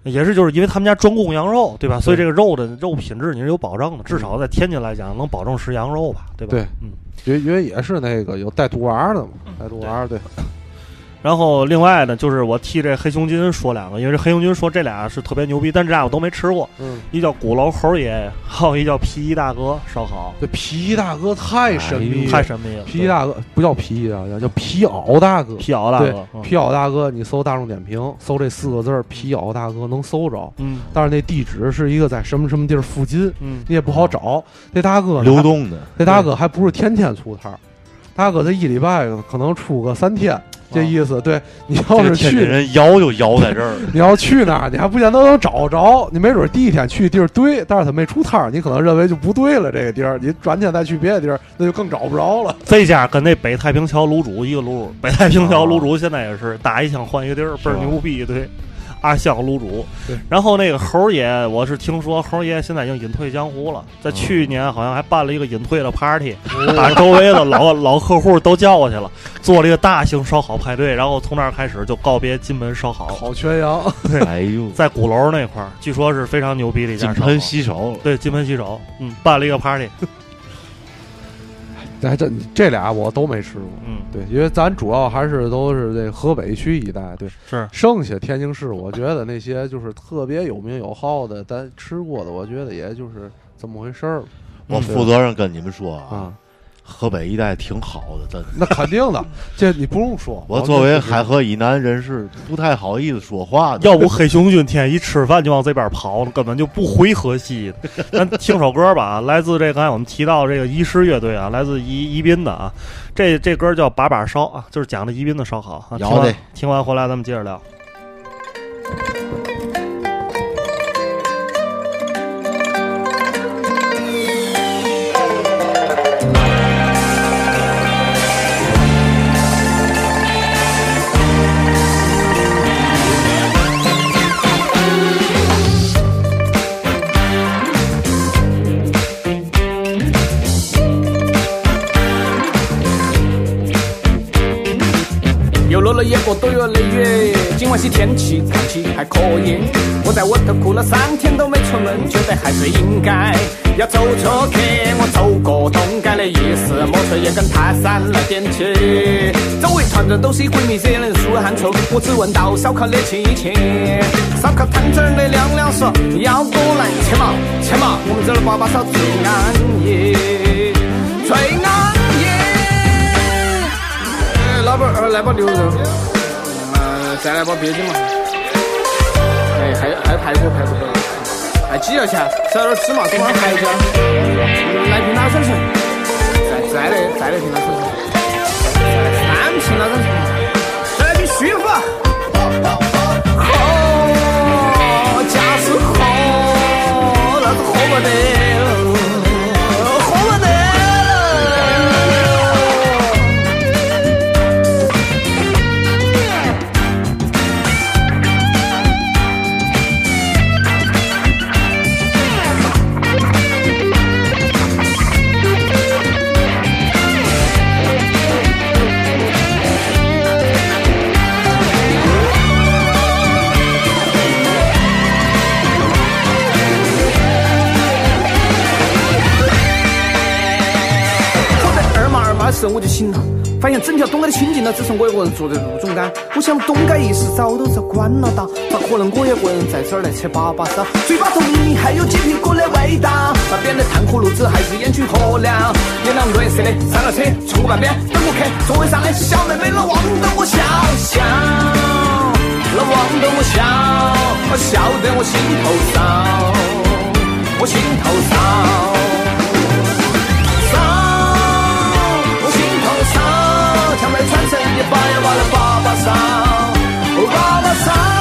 也是就是因为他们家专供羊肉，对吧？所以这个肉的肉品质你是有保证的，至少在天津来讲能保证是羊肉吧，对吧？对嗯。因为因为也是那个有带毒丸儿的嘛，带毒对丸儿对，然后另外呢，就是我替这黑熊精说两个，因为这黑熊精说这俩是特别牛逼，但这俩我都没吃过，嗯，一叫鼓楼猴爷爷，还有一叫皮衣大哥烧烤，这皮衣大哥太神秘了，哎太神秘了。皮衣大哥不叫皮衣大哥，叫皮袄大哥。皮袄大对哥，嗯，皮袄大哥，你搜大众点评，搜这四个字儿“皮袄大哥”能搜着，嗯但是那地址是一个在什么什么地儿附近，嗯，你也不好找。那大哥呢流动的，这大哥还不是天天出摊儿，大哥这一礼拜可能出个三天，哦这意思。对你要这是个天津去，人摇就摇在这儿，你要去那儿，你还不见得能找着。你没准第一天去地儿对，但是他没出摊儿，你可能认为就不对了这个地儿。你转天再去别的地儿，那就更找不着了。这家跟那北太平桥卤煮一个卤，北太平桥卤煮现在也是打一枪换一个地儿，倍儿是吧牛逼，对。阿象卤煮对。然后那个猴爷，我是听说猴爷现在已经隐退江湖了，哦在去年好像还办了一个隐退的 party，、把周围的老老客户都叫过去了，做了一个大型烧烤派对，然后从那儿开始就告别金门烧烤，烤全 羊，哎呦，在鼓楼那块儿，据说是非常牛逼的一金家烧烤盆。洗手了，对，金盆洗手，嗯，办了一个 party，哎这还真这俩我都没吃过。嗯，对，因为咱主要还是都是这河北区一带，对， 是剩下天津市，我觉得那些就是特别有名有号的，咱吃过的，我觉得也就是这么回事儿我嗯负责任跟你们说啊，啊。河北一带挺好的，哦真的。 那肯定的，这你不用说。我作为海河以南人士，不太好意思说话的。要不黑熊军天一吃饭就往这边跑，根本就不回河西。咱听首歌吧，啊来自这刚才我们提到这个医师乐队啊，来自宜宜宾的啊，这这歌叫《把把烧》啊，就是讲的宜宾的烧烤啊。听摇的完听完回来咱们接着聊。有乐乐野果多越来越。今晚些天气看起还可以，我在屋头哭了三天都没出门，觉得还是应该要走出去。我走过东街的夜市，摩托也跟泰山来点去。周围团着都是闺蜜，惹人舒汗臭。我只问到烧烤的亲戚，烧烤摊子儿的亮亮说：“要不来切嘛切嘛，我们这儿粑粑烧最安逸，最安逸。”哎，老板儿，呃来包牛肉，呃，再来包鳖筋嘛。哎，还有还有排骨，排骨，哎，挤一下，少点芝麻，多放点排骨，嗯来瓶拉酸水，再再来再来瓶拉酸水，三瓶拉酸水，再来瓶徐福。喝，家是喝，那是喝不得，喝不得。坐在二麻二麻的时候我就醒了，发现整条东街的清静了，只剩我一个人坐在路中间。我想东街一时早都遭关了哒，咋可能我一个人在这儿来吃粑粑烧？嘴巴头明明还有鸡屁股的味道，那边的炭火炉子还是烟熏火燎，烟囊绿色的上了车，冲过半边等我客，座位上的小妹妹老望得我笑笑，老望得我笑，我笑得我心头烧，我心头烧。烧，我心头烧，像被传神的八呀八的八八烧，八八烧。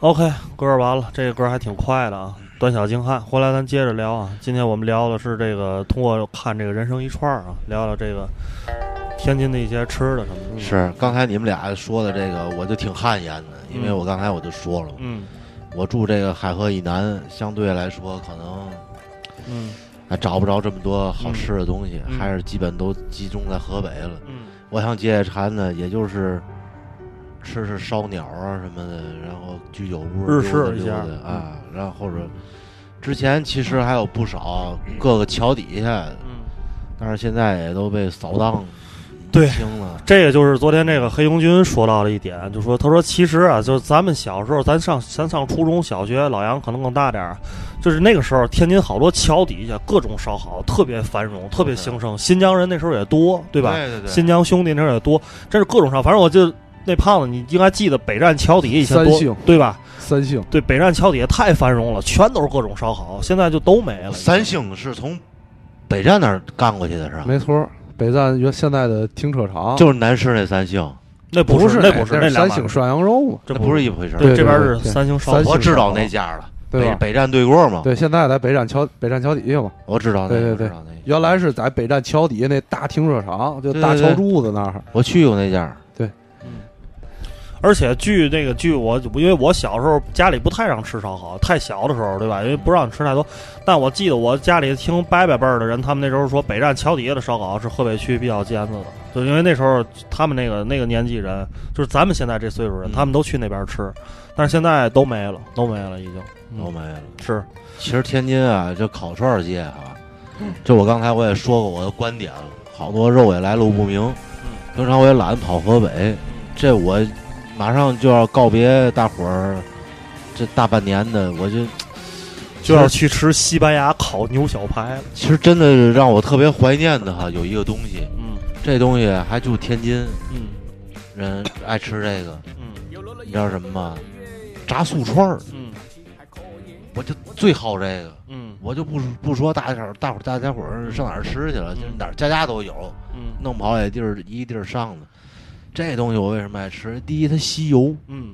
OK，歌儿完了，这个歌儿还挺快的啊，短小精悍。回来咱接着聊啊，今天我们聊的是这个通过看这个人生一串儿啊，聊聊这个天津的一些吃的什么的。是刚才你们俩说的这个，我就挺汗颜的，因为我刚才我就说了嘛，嗯我住这个海河以南，相对来说可能嗯还找不着这么多好吃的东西，嗯还是基本都集中在河北了。嗯我想解解馋呢，也就是吃吃烧鸟啊什么的，然后居酒屋日式溜达一溜下达啊，然后或者之前其实还有不少各个桥底下，嗯，但是现在也都被扫荡对轻了，这个就是昨天这个黑熊君说到的一点，就说他说其实啊，就是咱们小时候，咱上咱上初中小学，老杨可能更大点儿，啊就是那个时候天津好多桥底下各种烧烤特别繁荣，特别兴盛，新疆人那时候也多，对对吧？对对对，新疆兄弟那时候也多，真是各种烧，反正我就那胖子，你应该记得北站桥底下以前三多星，对吧？三星对，北站桥底下太繁荣了，全都是各种烧烤，现在就都没了。三星是从北站那儿干过去的是吧？没错儿，北站原现在的停车场就是南市那三星，那不是是那不是那是两三码星事，涮羊肉嘛，这那不是一回事儿。对这边是对三星烧三烤，我星知道烧烤那家了，对北吧？北站对过嘛，对，现在在北站桥北站桥底下嘛，我知道那个，对对我对知道那个原来是在北站桥底下那大停车场，就大对桥对对柱子那儿。我去过那家儿，而且据那个据我，因为我小时候家里不太让吃烧烤，太小的时候，对吧？因为不让你吃太多。但我记得我家里听伯伯辈儿的人，他们那时候说，北站桥底下的烧烤是河北区比较尖子的，就因为那时候他们那个那个年纪人，就是咱们现在这岁数人，嗯他们都去那边吃，但是现在都没了，都没了，已经。都嗯，没了。是，其实天津啊，这烤串儿界啊，这我刚才我也说过我的观点了，好多肉也来路不明。平常我也懒得跑河北，这我马上就要告别大伙儿，这大半年的，我就就要去吃西班牙烤牛小排了。其实真的让我特别怀念的哈，有一个东西，嗯这东西还就天津嗯人爱吃这个，嗯你知道什么吗？炸素串儿，嗯我就最好这个。嗯我就不不说大伙大伙大家伙儿上哪儿吃去嗯了，就是哪儿家家都有，嗯弄不好也地儿一地儿上的。这东西我为什么爱吃？第一，它吸油，嗯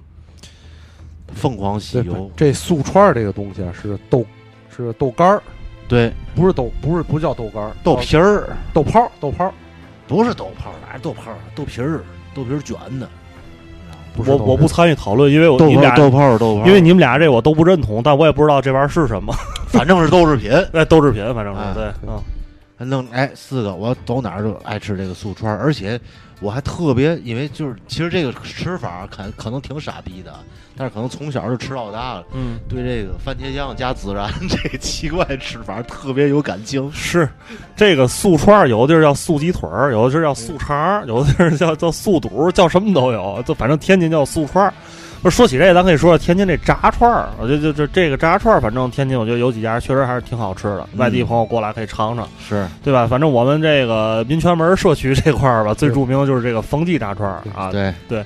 疯狂吸对油，。这素串儿这个东西啊，是豆是豆干儿，对，不是豆不是不叫豆干儿，豆叫皮儿豆泡儿豆泡儿不是豆泡儿，哪是豆泡儿？豆皮儿，豆皮儿卷的。不是我豆我皮不儿参与讨论，因为我豆你们俩泡儿，豆泡儿，豆泡儿，因为你们俩这我都不认同，但我也不知道这玩意儿是什么。反正是豆制品。哎，豆制品，反正是啊对，嗯弄哎四个，我走哪儿都爱吃这个素串儿，而且我还特别，因为就是其实这个吃法可可能挺傻逼的，但是可能从小就吃到大了，嗯，对这个番茄酱加孜然 这个奇怪的吃法特别有感情。是这个素串儿，有的地儿叫素鸡腿儿，有的地儿叫素肠儿，有的地儿叫叫素肚儿，叫什么都有，就反正天津叫素串儿。不是说起这，咱可以说说天津这炸串儿。我觉得就就这个炸串儿，反正天津我觉得有几家确实还是挺好吃的，嗯外地朋友过来可以尝尝，是，对吧？反正我们这个民权门社区这块儿吧，最著名的就是这个冯记炸串儿啊，对，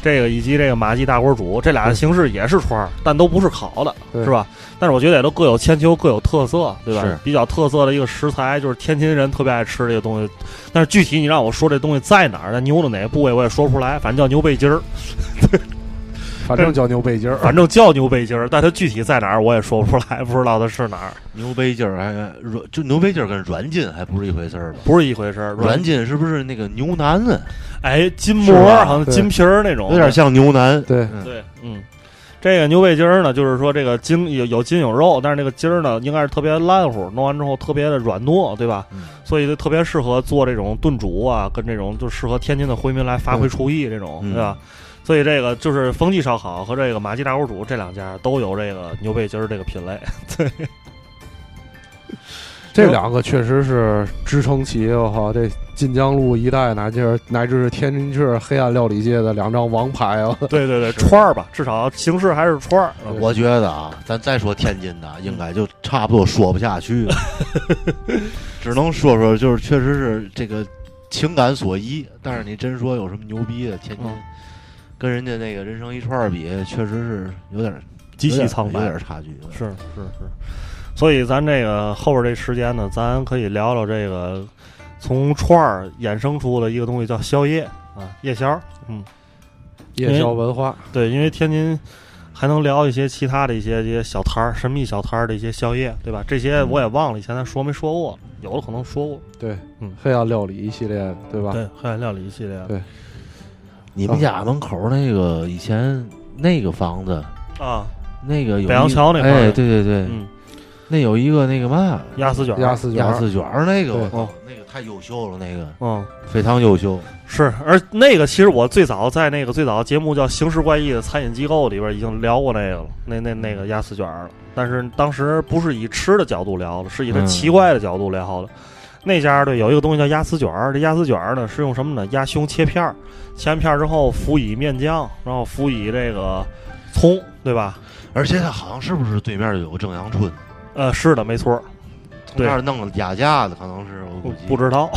这个以及这个马记大锅煮，这俩的形式也是串儿，但都不是烤的，对是吧？但是我觉得也都各有千秋，各有特色，对吧是？比较特色的一个食材就是天津人特别爱吃这个东西，但是具体你让我说这东西在哪儿，它牛的哪个部位我也说不出来，反正叫牛背 筋儿，反正叫牛背筋儿。反正叫牛背筋儿，但它具体在哪儿我也说不出来，不知道它是哪儿，牛背筋儿还软，就牛背筋儿跟软筋还不是一回事儿吧？不是一回事儿。软筋是不是那个牛腩啊？哎，筋是膜吧好像对筋皮儿那种，有点像牛腩。对，哦对，嗯，这个牛背筋儿呢，就是说这个筋有有筋有肉，但是这个筋儿呢，应该是特别烂乎，弄完之后特别的软糯，对吧？嗯所以就特别适合做这种炖煮啊，跟这种就适合天津的回民来发挥厨艺这种，嗯对吧？所以这个就是风记烧烤和这个马记大锅煮这两家都有这个牛背筋儿这个品 类。这两个确实是支撑起我靠这晋江路一带乃至乃至是天津市黑暗料理界的两张王牌啊！对对对，是串儿吧，至少形式还是串儿。对我觉得啊，咱再说天津的，应该就差不多说不下 去了，只能说说，就是确实是这个情感所依。但是你真说有什么牛逼的，天津嗯跟人家那个人生一串儿比，确实是有点极其苍白有，点差距。是是是，所以咱这个后边这时间呢，咱可以聊聊这个从串儿衍生出的一个东西叫宵夜啊，夜宵。嗯，夜宵文化，对，因为天津还能聊一些其他的一些一些小摊儿、神秘小摊儿的一些宵夜，对吧？这些我也忘了以前咱说没说过，有的可能说过。对，嗯黑暗料理一系列的，对吧？对，黑暗料理一系列的你们家门口那个以前那个房子，啊，那个有一北洋桥那块儿哎，对对对，嗯，那有一个那个嘛鸭丝卷儿，鸭丝卷儿鸭子卷儿那个，对我靠，那个太优秀了，那个嗯。非常优秀。是，而那个其实我最早在那个最早节目叫《形式怪异的餐饮机构》里边已经聊过那个了，那那那个鸭丝卷儿了。但是当时不是以吃的角度聊的，是以它嗯奇怪的角度聊的。那家对有一个东西叫鸭丝卷儿，这鸭丝卷儿呢是用什么呢？鸭胸切片儿，切完片儿之后辅以面酱，然后辅以这个葱，对吧？而且它好像是不是对面有个正阳春，呃，是的，没错儿，从对那儿弄了雅架子，可能是我估计不 知道，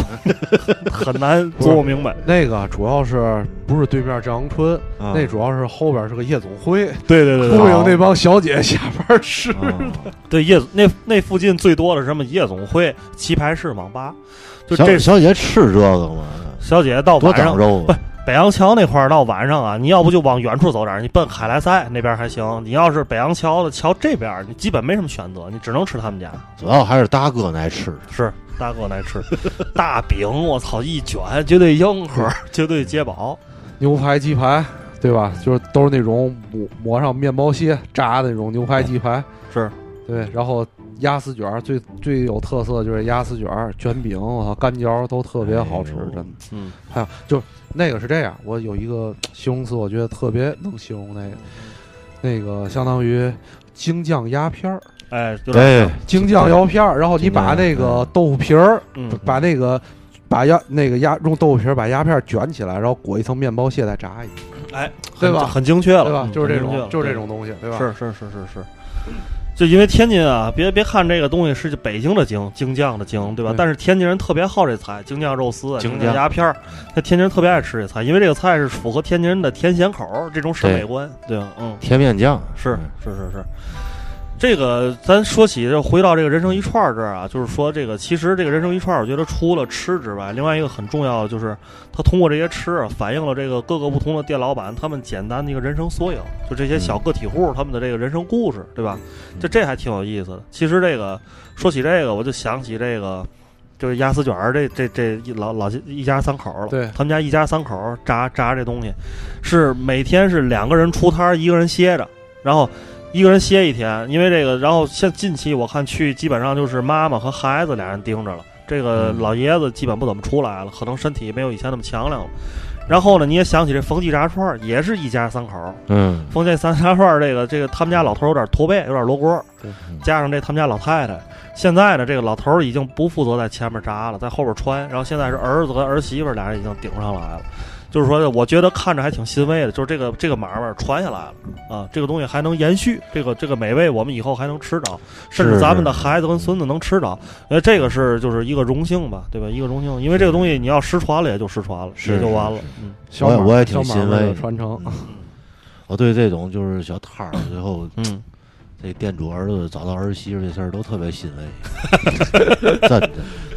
很难琢磨明白。那个主要是不是对面张阳春，嗯那主要是后边是个夜总会，对对对忽对，悠那帮小姐下班吃。嗯对夜那那附近最多的是什么夜总会、棋牌室、网吧，就小这小姐吃这个吗？小姐到多晚长上肉啊！北洋桥那块儿到晚上啊，你要不就往远处走点儿，你奔海莱塞那边还行；你要是北洋桥的桥这边儿，你基本没什么选择，你只能吃他们家。主要还是大哥爱吃。是大哥来 吃大饼，我操，一卷绝对硬核，绝对解饱。牛排、鸡排，对吧？就是都是那种抹抹上面包屑炸的那种牛排、鸡排，是对。然后鸭丝卷儿最最有特色就是鸭丝卷儿、卷饼，我操，干椒都特别好吃哎呦，真的。嗯，还有就是那个是这样，我有一个形容词，我觉得特别能形容那个，那个相当于京酱鸭片儿、哎，就哎是，京酱腰片儿，然后你把那个豆腐皮儿，嗯，把那个。把鸭那个鸭用豆腐皮儿把鸭片儿卷起来，然后裹一层面包屑再炸一遍，哎，对很吧很精确了，对吧？嗯就是这很精确了种，就是这种东西，对吧？是是是是是，就因为天津啊，别别看这个东西是北京的京京酱的京，对吧？对但是天津人特别好这菜，京酱肉丝、啊京京酱酱鸭片儿，那天津人特别爱吃这菜，因为这个菜是符合天津人的甜咸口儿这种审美对观，对吧？嗯，甜面酱是是是是。这个咱说起，就回到这个人生一串儿这儿啊，就是说这个其实这个人生一串儿，我觉得除了吃之外，另外一个很重要的就是，它通过这些吃啊反映了这个各个不同的店老板他们简单的一个人生缩影，就这些小个体户他们的这个人生故事，对吧？这这还挺有意思的。其实这个说起这个，我就想起这个。就是鸭丝卷儿，这这这一老老一家三口儿了。对他们家一家三口儿炸炸这东西，是每天是两个人出摊儿，一个人歇着，然后一个人歇一天，因为这个，然后像近期我看去，基本上就是妈妈和孩子俩人盯着了，这个嗯老爷子基本不怎么出来了，可能身体没有以前那么强亮了。然后呢，你也想起这冯记炸串儿，也是一家三口儿。嗯，冯记三炸串儿，这个这个他们家老头儿有点驼背，有点罗锅对，加上这他们家老太太，现在呢，这个老头儿已经不负责在前面扎了，在后边穿，然后现在是儿子和儿媳妇儿俩人已经顶上来了。就是说，我觉得看着还挺欣慰的，就是这个这个买卖传下来了啊，这个东西还能延续，这个这个美味我们以后还能吃着，甚至是咱们的孩子跟孙子能吃着，呃，这个是就是一个荣幸吧，对吧？一个荣幸，因为这个东西你要失传了也就失传了，是也就是完了是。嗯小我也马我也挺小马们欣慰的的传承。我对这种就是小摊儿，最后嗯，这店主儿子找到儿媳妇这事儿都特别欣慰，真的。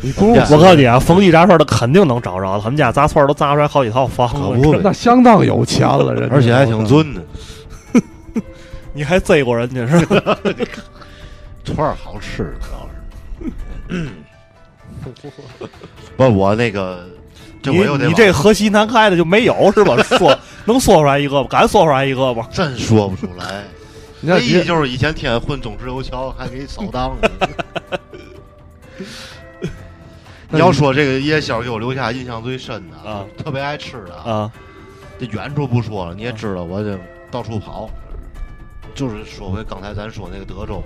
你不如我我告诉你啊，冯记炸串的肯定能找着，他们家炸串都炸出来好几套房可子，不那呗，相当有钱了，人家而且还挺尊的。你还贼过人家是吧？串儿好吃，主要是。不，我那个，这我又得你你往这河西南开的就没有是 吧？说能说出来一个吗？敢说出来一个吗？真说不出来。你看 那你就是以前天天混中石油桥，还给你扫荡呢。 你要说这个夜宵给我留下印象最深的啊，特别爱吃的啊，啊，这远处不说了，你也知道我这到处跑。就是说回刚才咱说那个德州，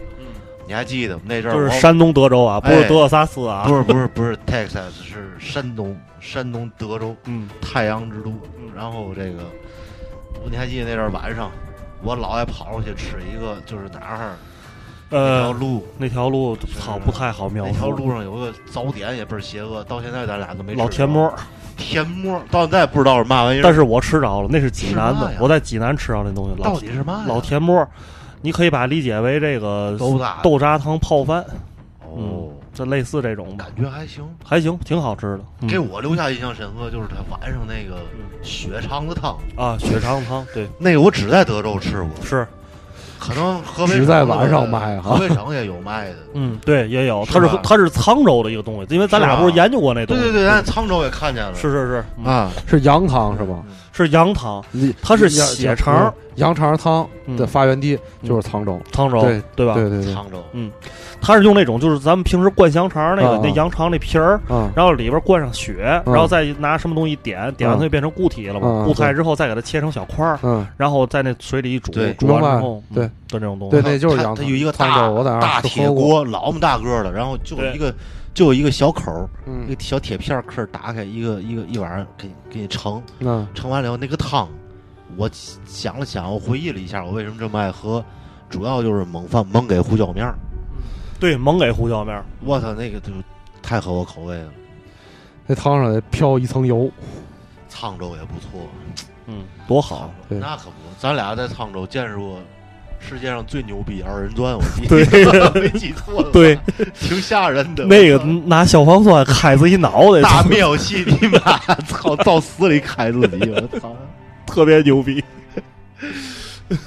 你还记得吗？那阵儿就是我山东德州啊，不是哎德克萨斯啊。不是不是不是 Texas，是山东山东德州。嗯太阳之都嗯。然后这个，我你还记得那阵儿晚上，我老爱跑出去吃一个，就是哪儿那条呃，路，那条路好不太好描那述。条路上有个早点也倍儿邪恶，到现在咱俩都没吃着老甜馍，，甜馍到现在不知道是嘛玩意儿，但是我吃着了，那是济南是嘛的呀，我在济南吃着那东西，到老底是嘛呀老甜馍，你可以把它理解为这个豆大豆渣汤泡饭，哦嗯，，这类似这种吧，感觉还行。还行，挺好吃的。嗯给我留下印象深刻就是他晚上那个嗯血肠子汤，啊，血肠汤，对，那个我只在德州吃过，是，可能河北只在省的晚上卖啊河北省也有卖 的。嗯，对，也有，是它是吧它是沧州的一个东西，因为咱是俩吧不是研究过那东对西，对对，咱沧州也看见了，嗯是是是，嗯啊，是羊汤是吧？是羊汤，你它是血肠，羊肠汤的嗯发源地就是沧州，沧州对对吧？对对对，沧州它是用那种就是咱们平时灌香肠那个啊那羊肠那皮儿，嗯，然后里边灌上血，嗯然后再拿什么东西点，点完它就变成固体了嘛嗯。固态之后再给它切成小块儿，嗯，然后在那水里一煮，对煮完之后，明白对嗯，就那种东对，西。那就是它羊汤。它有一个沧大州，我在那大儿吃铁喝过，锅，老么大个儿了，然后就对一个就有一个小口儿，一嗯个小铁片儿，可以打开一个一个一晚上给你给你盛，那盛完了以后那个汤，我想了想，我回忆了一下，我为什么这么爱喝，主要就是猛放猛给胡椒面儿，对，猛给胡椒面儿，我操，那个就太合我口味了，那汤上得飘一层油，沧州也不错，嗯，多沧好州，对那可不，咱俩在沧州见识过世界上最牛逼二人转，我 记对没记 错了，对，挺吓人的，那我个操拿小黄瓜开自己脑袋，大妙戏，你妈操，到死里开自己，我操，特别牛逼。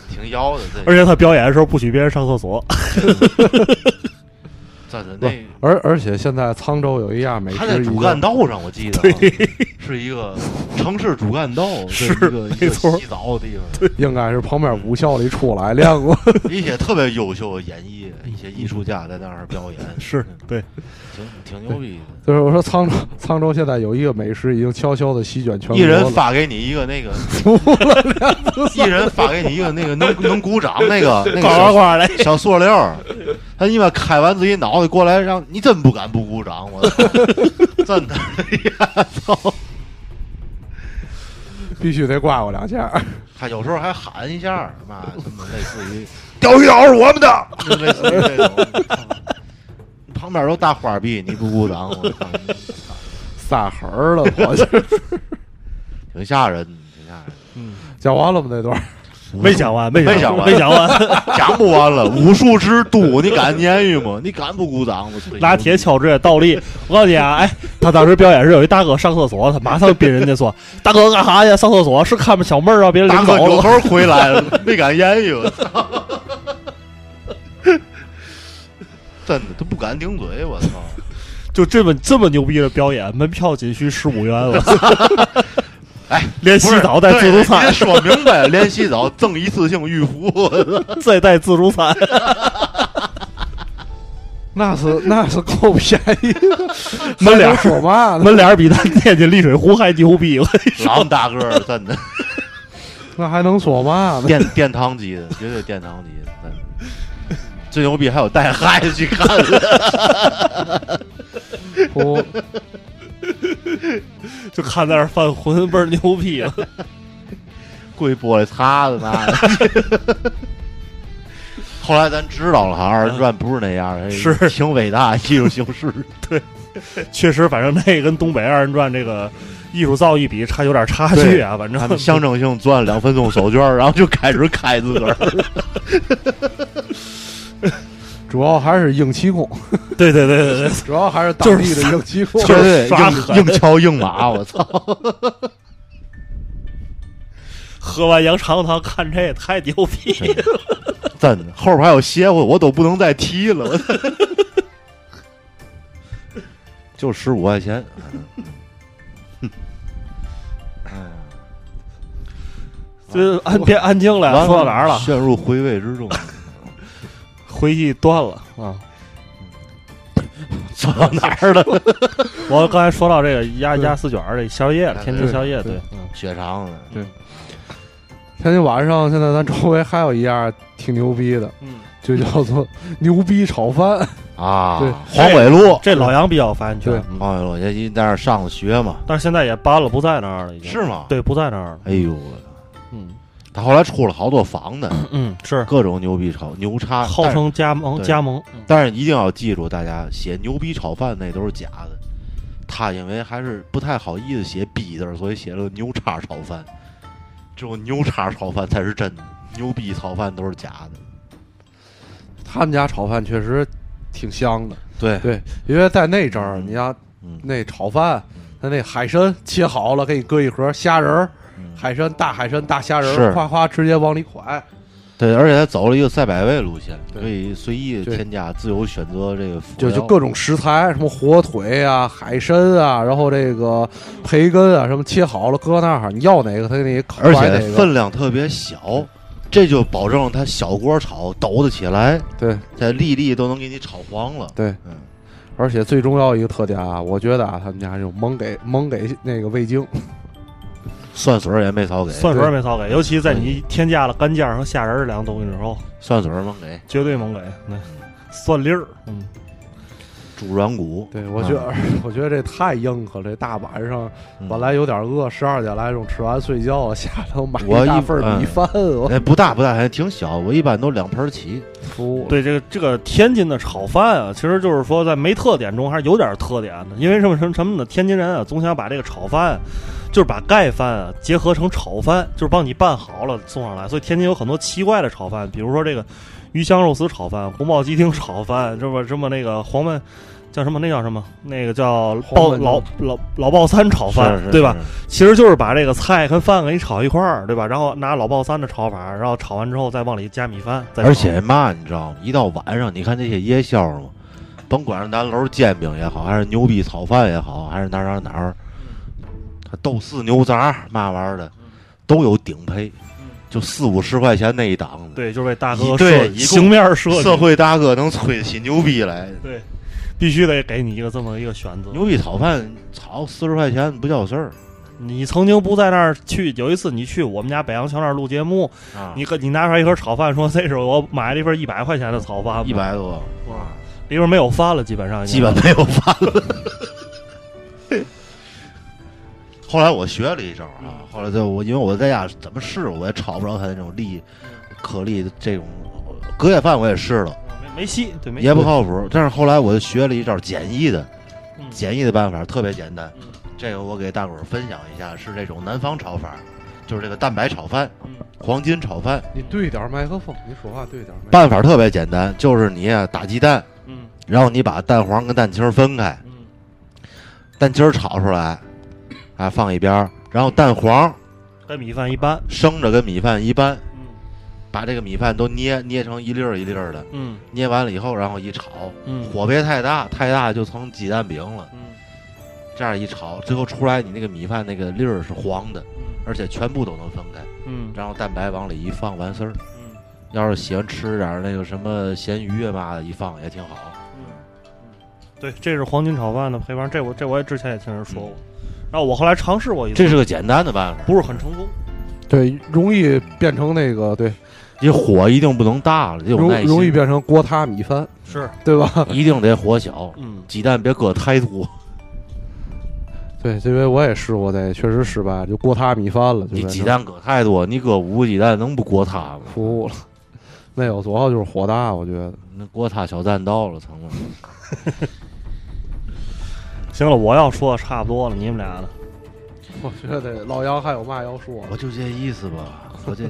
挺妖的，这而且他表演的时候不许别人上厕所，真的那。而而且现在沧州有一样美他在食已主干经，道上，我记得啊是一个城市主干 道，是一个一没个错洗澡的地方。应该是旁边武校里出来练过。 一些特别优秀的演绎，一些艺术家在那儿表演，嗯是对，挺挺牛逼的。就是我说沧州，沧州现在有一个美食已经悄悄的席卷全一国人了。发给你一个那 个， 一人发给你一个那个 能能鼓掌那个那个呱呱小呱嘞，小塑料 儿，他一般开完自己脑袋过来，让你真不敢不鼓掌，我 操真的， 哎呀操！必须得刮我两下。他有时候还喊一下儿，妈什么类似 于钓鱼岛是我们的，就类似于这种。 旁边都大花臂，你不鼓掌，我 操！你 撒狠儿了，好像挺吓人，挺吓人。讲完了吗？那段儿没讲完，没没讲讲完，完没讲完，讲不完了，武术之都，你敢言语吗？你敢不鼓掌吗？拿铁敲直接倒立。我告诉你啊，哎，他当时表演是有一大哥上厕所，他马上逼人家说：“大哥干啥去？上厕所是看不小妹儿让啊别人大领走哥扭了。头回来了， 没敢言语，我操！真的都不敢顶嘴，我操！”就这么这么牛逼的表演，门票仅需十五元，我 哎，连洗澡带自助餐不，是对人家说明白，连洗澡赠一次性浴 服，再带自助 餐。 那是那是够便宜的，门脸儿还能说嘛呢？门脸儿比咱天津丽水湖还牛逼，我老么大个儿，真 的那还能说嘛 呢？殿殿堂级的，绝对殿堂级的，真的。最牛逼还有带孩子去看的，我 就看在那儿犯浑，倍儿牛逼了。跪玻璃碴子妈的。 后来咱知道了哈，二人转不是那样的，是挺伟大艺术形式。确实，反正那跟东北二人转这个艺术造诣比差有点差距啊。反他们正象征性攥了两分钟手绢儿，然后就开始开自个儿。主要还是硬气功，对对对对对，主要还是当地的硬气 功。就是对刷狠硬硬敲硬马，我操！喝完羊肠汤看这也太牛逼了。 真的，后边还有歇会，我都不能再踢了。我操 就十五块 钱，就是安别安静完啊了，说到哪儿了？陷入回味之中。回忆断了啊！ 说到哪儿了？我刚才说到这个鸭鸭四卷儿这宵夜了，对天津宵夜，对哎对对，嗯 血肠子，天津晚上现在咱周围还有一样挺牛逼的，嗯，就叫做牛逼炒饭。啊对，黄纬路，这老杨比较有发言权对，嗯黄纬路，也一在那儿上的学嘛，但是现在也搬了，不在那儿了，已经是吗？，对，不在那儿了。哎呦，嗯他后来出了好多房子，嗯，是各种牛逼炒牛叉，号称加盟对加盟，嗯但是，但是一定要记住，大家写牛逼炒饭那都是假的。他因为还是不太好意思写“逼”字儿，所以写了牛叉炒饭。只有牛叉炒饭才是真的，牛逼炒饭都是假的。他们家炒饭确实挺香的，对，对，因为在那阵儿，你像嗯那炒饭，他那海参切好了，给你搁一盒虾仁儿，嗯海参大海参大虾仁是儿，夸夸直接往里蒯。对，而且他走了一个赛百味路线，对可以随意对添加、自由选择这个辅就料就各种食材，什么火腿啊、海参啊，然后这个培根啊，什么切好了搁那儿，你要哪个他给你烤而出来且哪个。分量特别小，这就保证它小锅炒抖得起来，对它粒粒都能给你炒黄了。对，嗯，而且最重要一个特点啊，我觉得啊，他们家就猛给猛给那个味精，蒜水儿也没少给，蒜水儿没少给，尤其在你添加了干尖儿和虾仁儿两个东西之后，蒜水儿没给。绝对猛给，那蒜粒儿，嗯，煮软骨，对，我觉得、我觉得这太硬核了，这大晚上嗯本来有点饿，十二点来钟吃完睡觉， 我下头买我一一大份儿米饭，我哎不大不大，还挺小，我一般都两盆儿起。服了。对这个这个天津的炒饭啊，其实就是说在没特点中还是有点特点的，因为什么什么什么呢？天津人啊，总想把这个炒饭，就是把盖饭啊结合成炒饭，就是帮你拌好了送上来。所以天津有很多奇怪的炒饭，比如说这个鱼香肉丝炒饭、宫保鸡丁炒饭，这不什么那个黄焖。叫什么？那叫什么？那个叫黄爆焖老老老爆三炒哦饭，是对吧？？其实就是把这个菜跟饭给你炒一块儿，对吧？然后拿老爆三的炒法，然后炒完之后再往里加米饭，再是炒而且嘛，你知道吗？一到晚上，你看这些夜宵嘛，甭管是南楼煎饼也好，还是牛逼炒饭也好，还是哪儿哪儿哪儿，嗯它豆豉牛杂嘛玩意儿的，都有顶配，就四五十块钱那一档子。嗯对，就是为大一哥对设一共形面设计，社会大哥能吹得起牛逼来，对，必须得给你一个这么一个选择。牛逼炒饭炒四十块钱不叫事儿你曾经不在那儿去，有一次你去我们家北洋桥那儿录节目，啊！你跟你拿出来一盒炒饭，说这是我买了一份一百块钱的炒饭，啊一百多，哇，里边没有饭了，基本上已经基本没有饭了。 后来我学了一招啊，后来就我因为我在家怎么试我也炒不着它那种粒颗粒这种隔夜饭，我也试了，没没戏，对，没戏也不靠谱。但是后来我就学了一招简易的、嗯简易的办法，特别简单嗯。这个我给大伙儿分享一下，是这种南方炒法，就是这个蛋白炒饭嗯、黄金炒饭。你对点儿麦克风，你说话对点儿麦克风。办法特别简单，就是你啊打鸡蛋，嗯然后你把蛋黄跟蛋清儿分开，嗯蛋筋儿炒出来，啊，放一边儿，然后蛋黄跟米饭一般，生着跟米饭一般，嗯把这个米饭都捏捏成一粒儿一粒儿的，嗯捏完了以后，然后一炒，嗯火别太大，太大就成鸡蛋饼了。嗯这样一炒，最后出来你那个米饭那个粒儿是黄的，而且全部都能分开，嗯然后蛋白往里一放完事儿。嗯要是喜欢吃点儿那个什么咸鱼啊嘛的，一放也挺好。嗯对，这是黄金炒饭的配方，这我这我也之前也听人说过，然后我后来尝试过一次，嗯这是个简单的办法，不是很成功。对，容易变成那个对，你火一定不能大了，得有容耐心，容易变成锅塌米饭，是，对吧？一定得火小，嗯，鸡蛋别搁太 多。对，这回我也试过，那确实失败，就锅塌米饭了，就你变成鸡蛋搁太多，你搁五个鸡蛋能不锅塌吗？服 务了。那有主要就是火大，我觉得。那锅塌小战到了，成了。行了，我要说的差不多了，你们俩呢？我觉得老杨还有嘛要说我就这意思吧，我这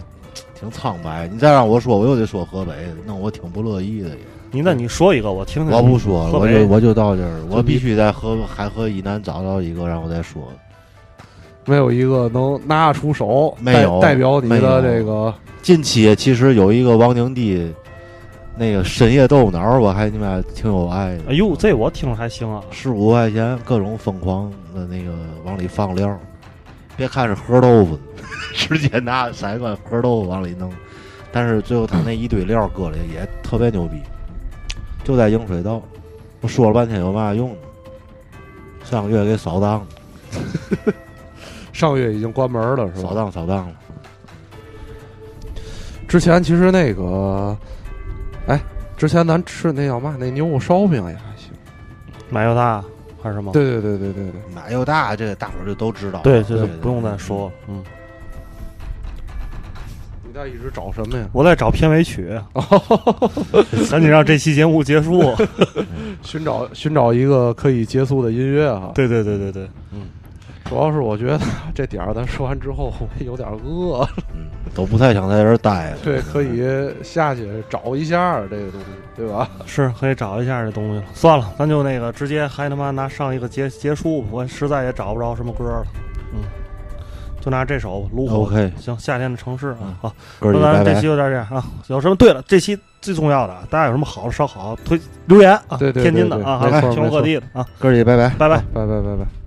挺苍白。你再让我说，我又得说河北，弄我挺不乐意的也。你那你说一个，我听听。嗯我不说了，河我北就我就到这儿，我就你必须在嗯河海河以南找到一个，然后再说。没有一个能拿出手没代有代表你没的有这个近期其实有一个王宁弟，那个深夜豆腐脑儿，我还你妈挺有爱的。哎呦，这我听着还行啊。十五块钱，各种疯狂的那个往里放料，别看是盒豆腐， 直接拿塞罐盒豆腐往里弄。但是最后他那一堆料搁里也特别牛逼，就在映水道。我说了半天有嘛用呢？上个月给扫荡了，上个月已经关门了，是吧扫？荡扫荡了。之前其实那个，哎，之前咱吃那叫嘛那牛肉烧饼也还行。奶油大还是什么？对对对对对对，奶油大，这个大伙儿就都知道。对，这就不用再说。了。嗯，你在一直找什么呀？我在找片尾 曲，赶紧让这期节目结束。寻找寻找一个可以结束的音乐哈。对对对对对，主要是我觉得这点儿咱说完之后，我也有点饿。嗯，都不太想在这儿待了。对，可以下去找一下这个东西，对吧？是可以找一下这东西了。算了，咱就那个直接还他妈拿上一个结结束吧，我实在也找不着什么歌了。嗯，就拿这首吧，《炉火》。 OK，嗯行，夏天的城市啊，好。哥儿几那咱拜这期。拜就到这样啊。有什么？对了，这期最重要的，啊，大家有什么好的烧烤推留言啊？对对对天津的啊，对对还有没错全国各地的啊，哥儿几拜拜。拜拜。拜拜拜拜。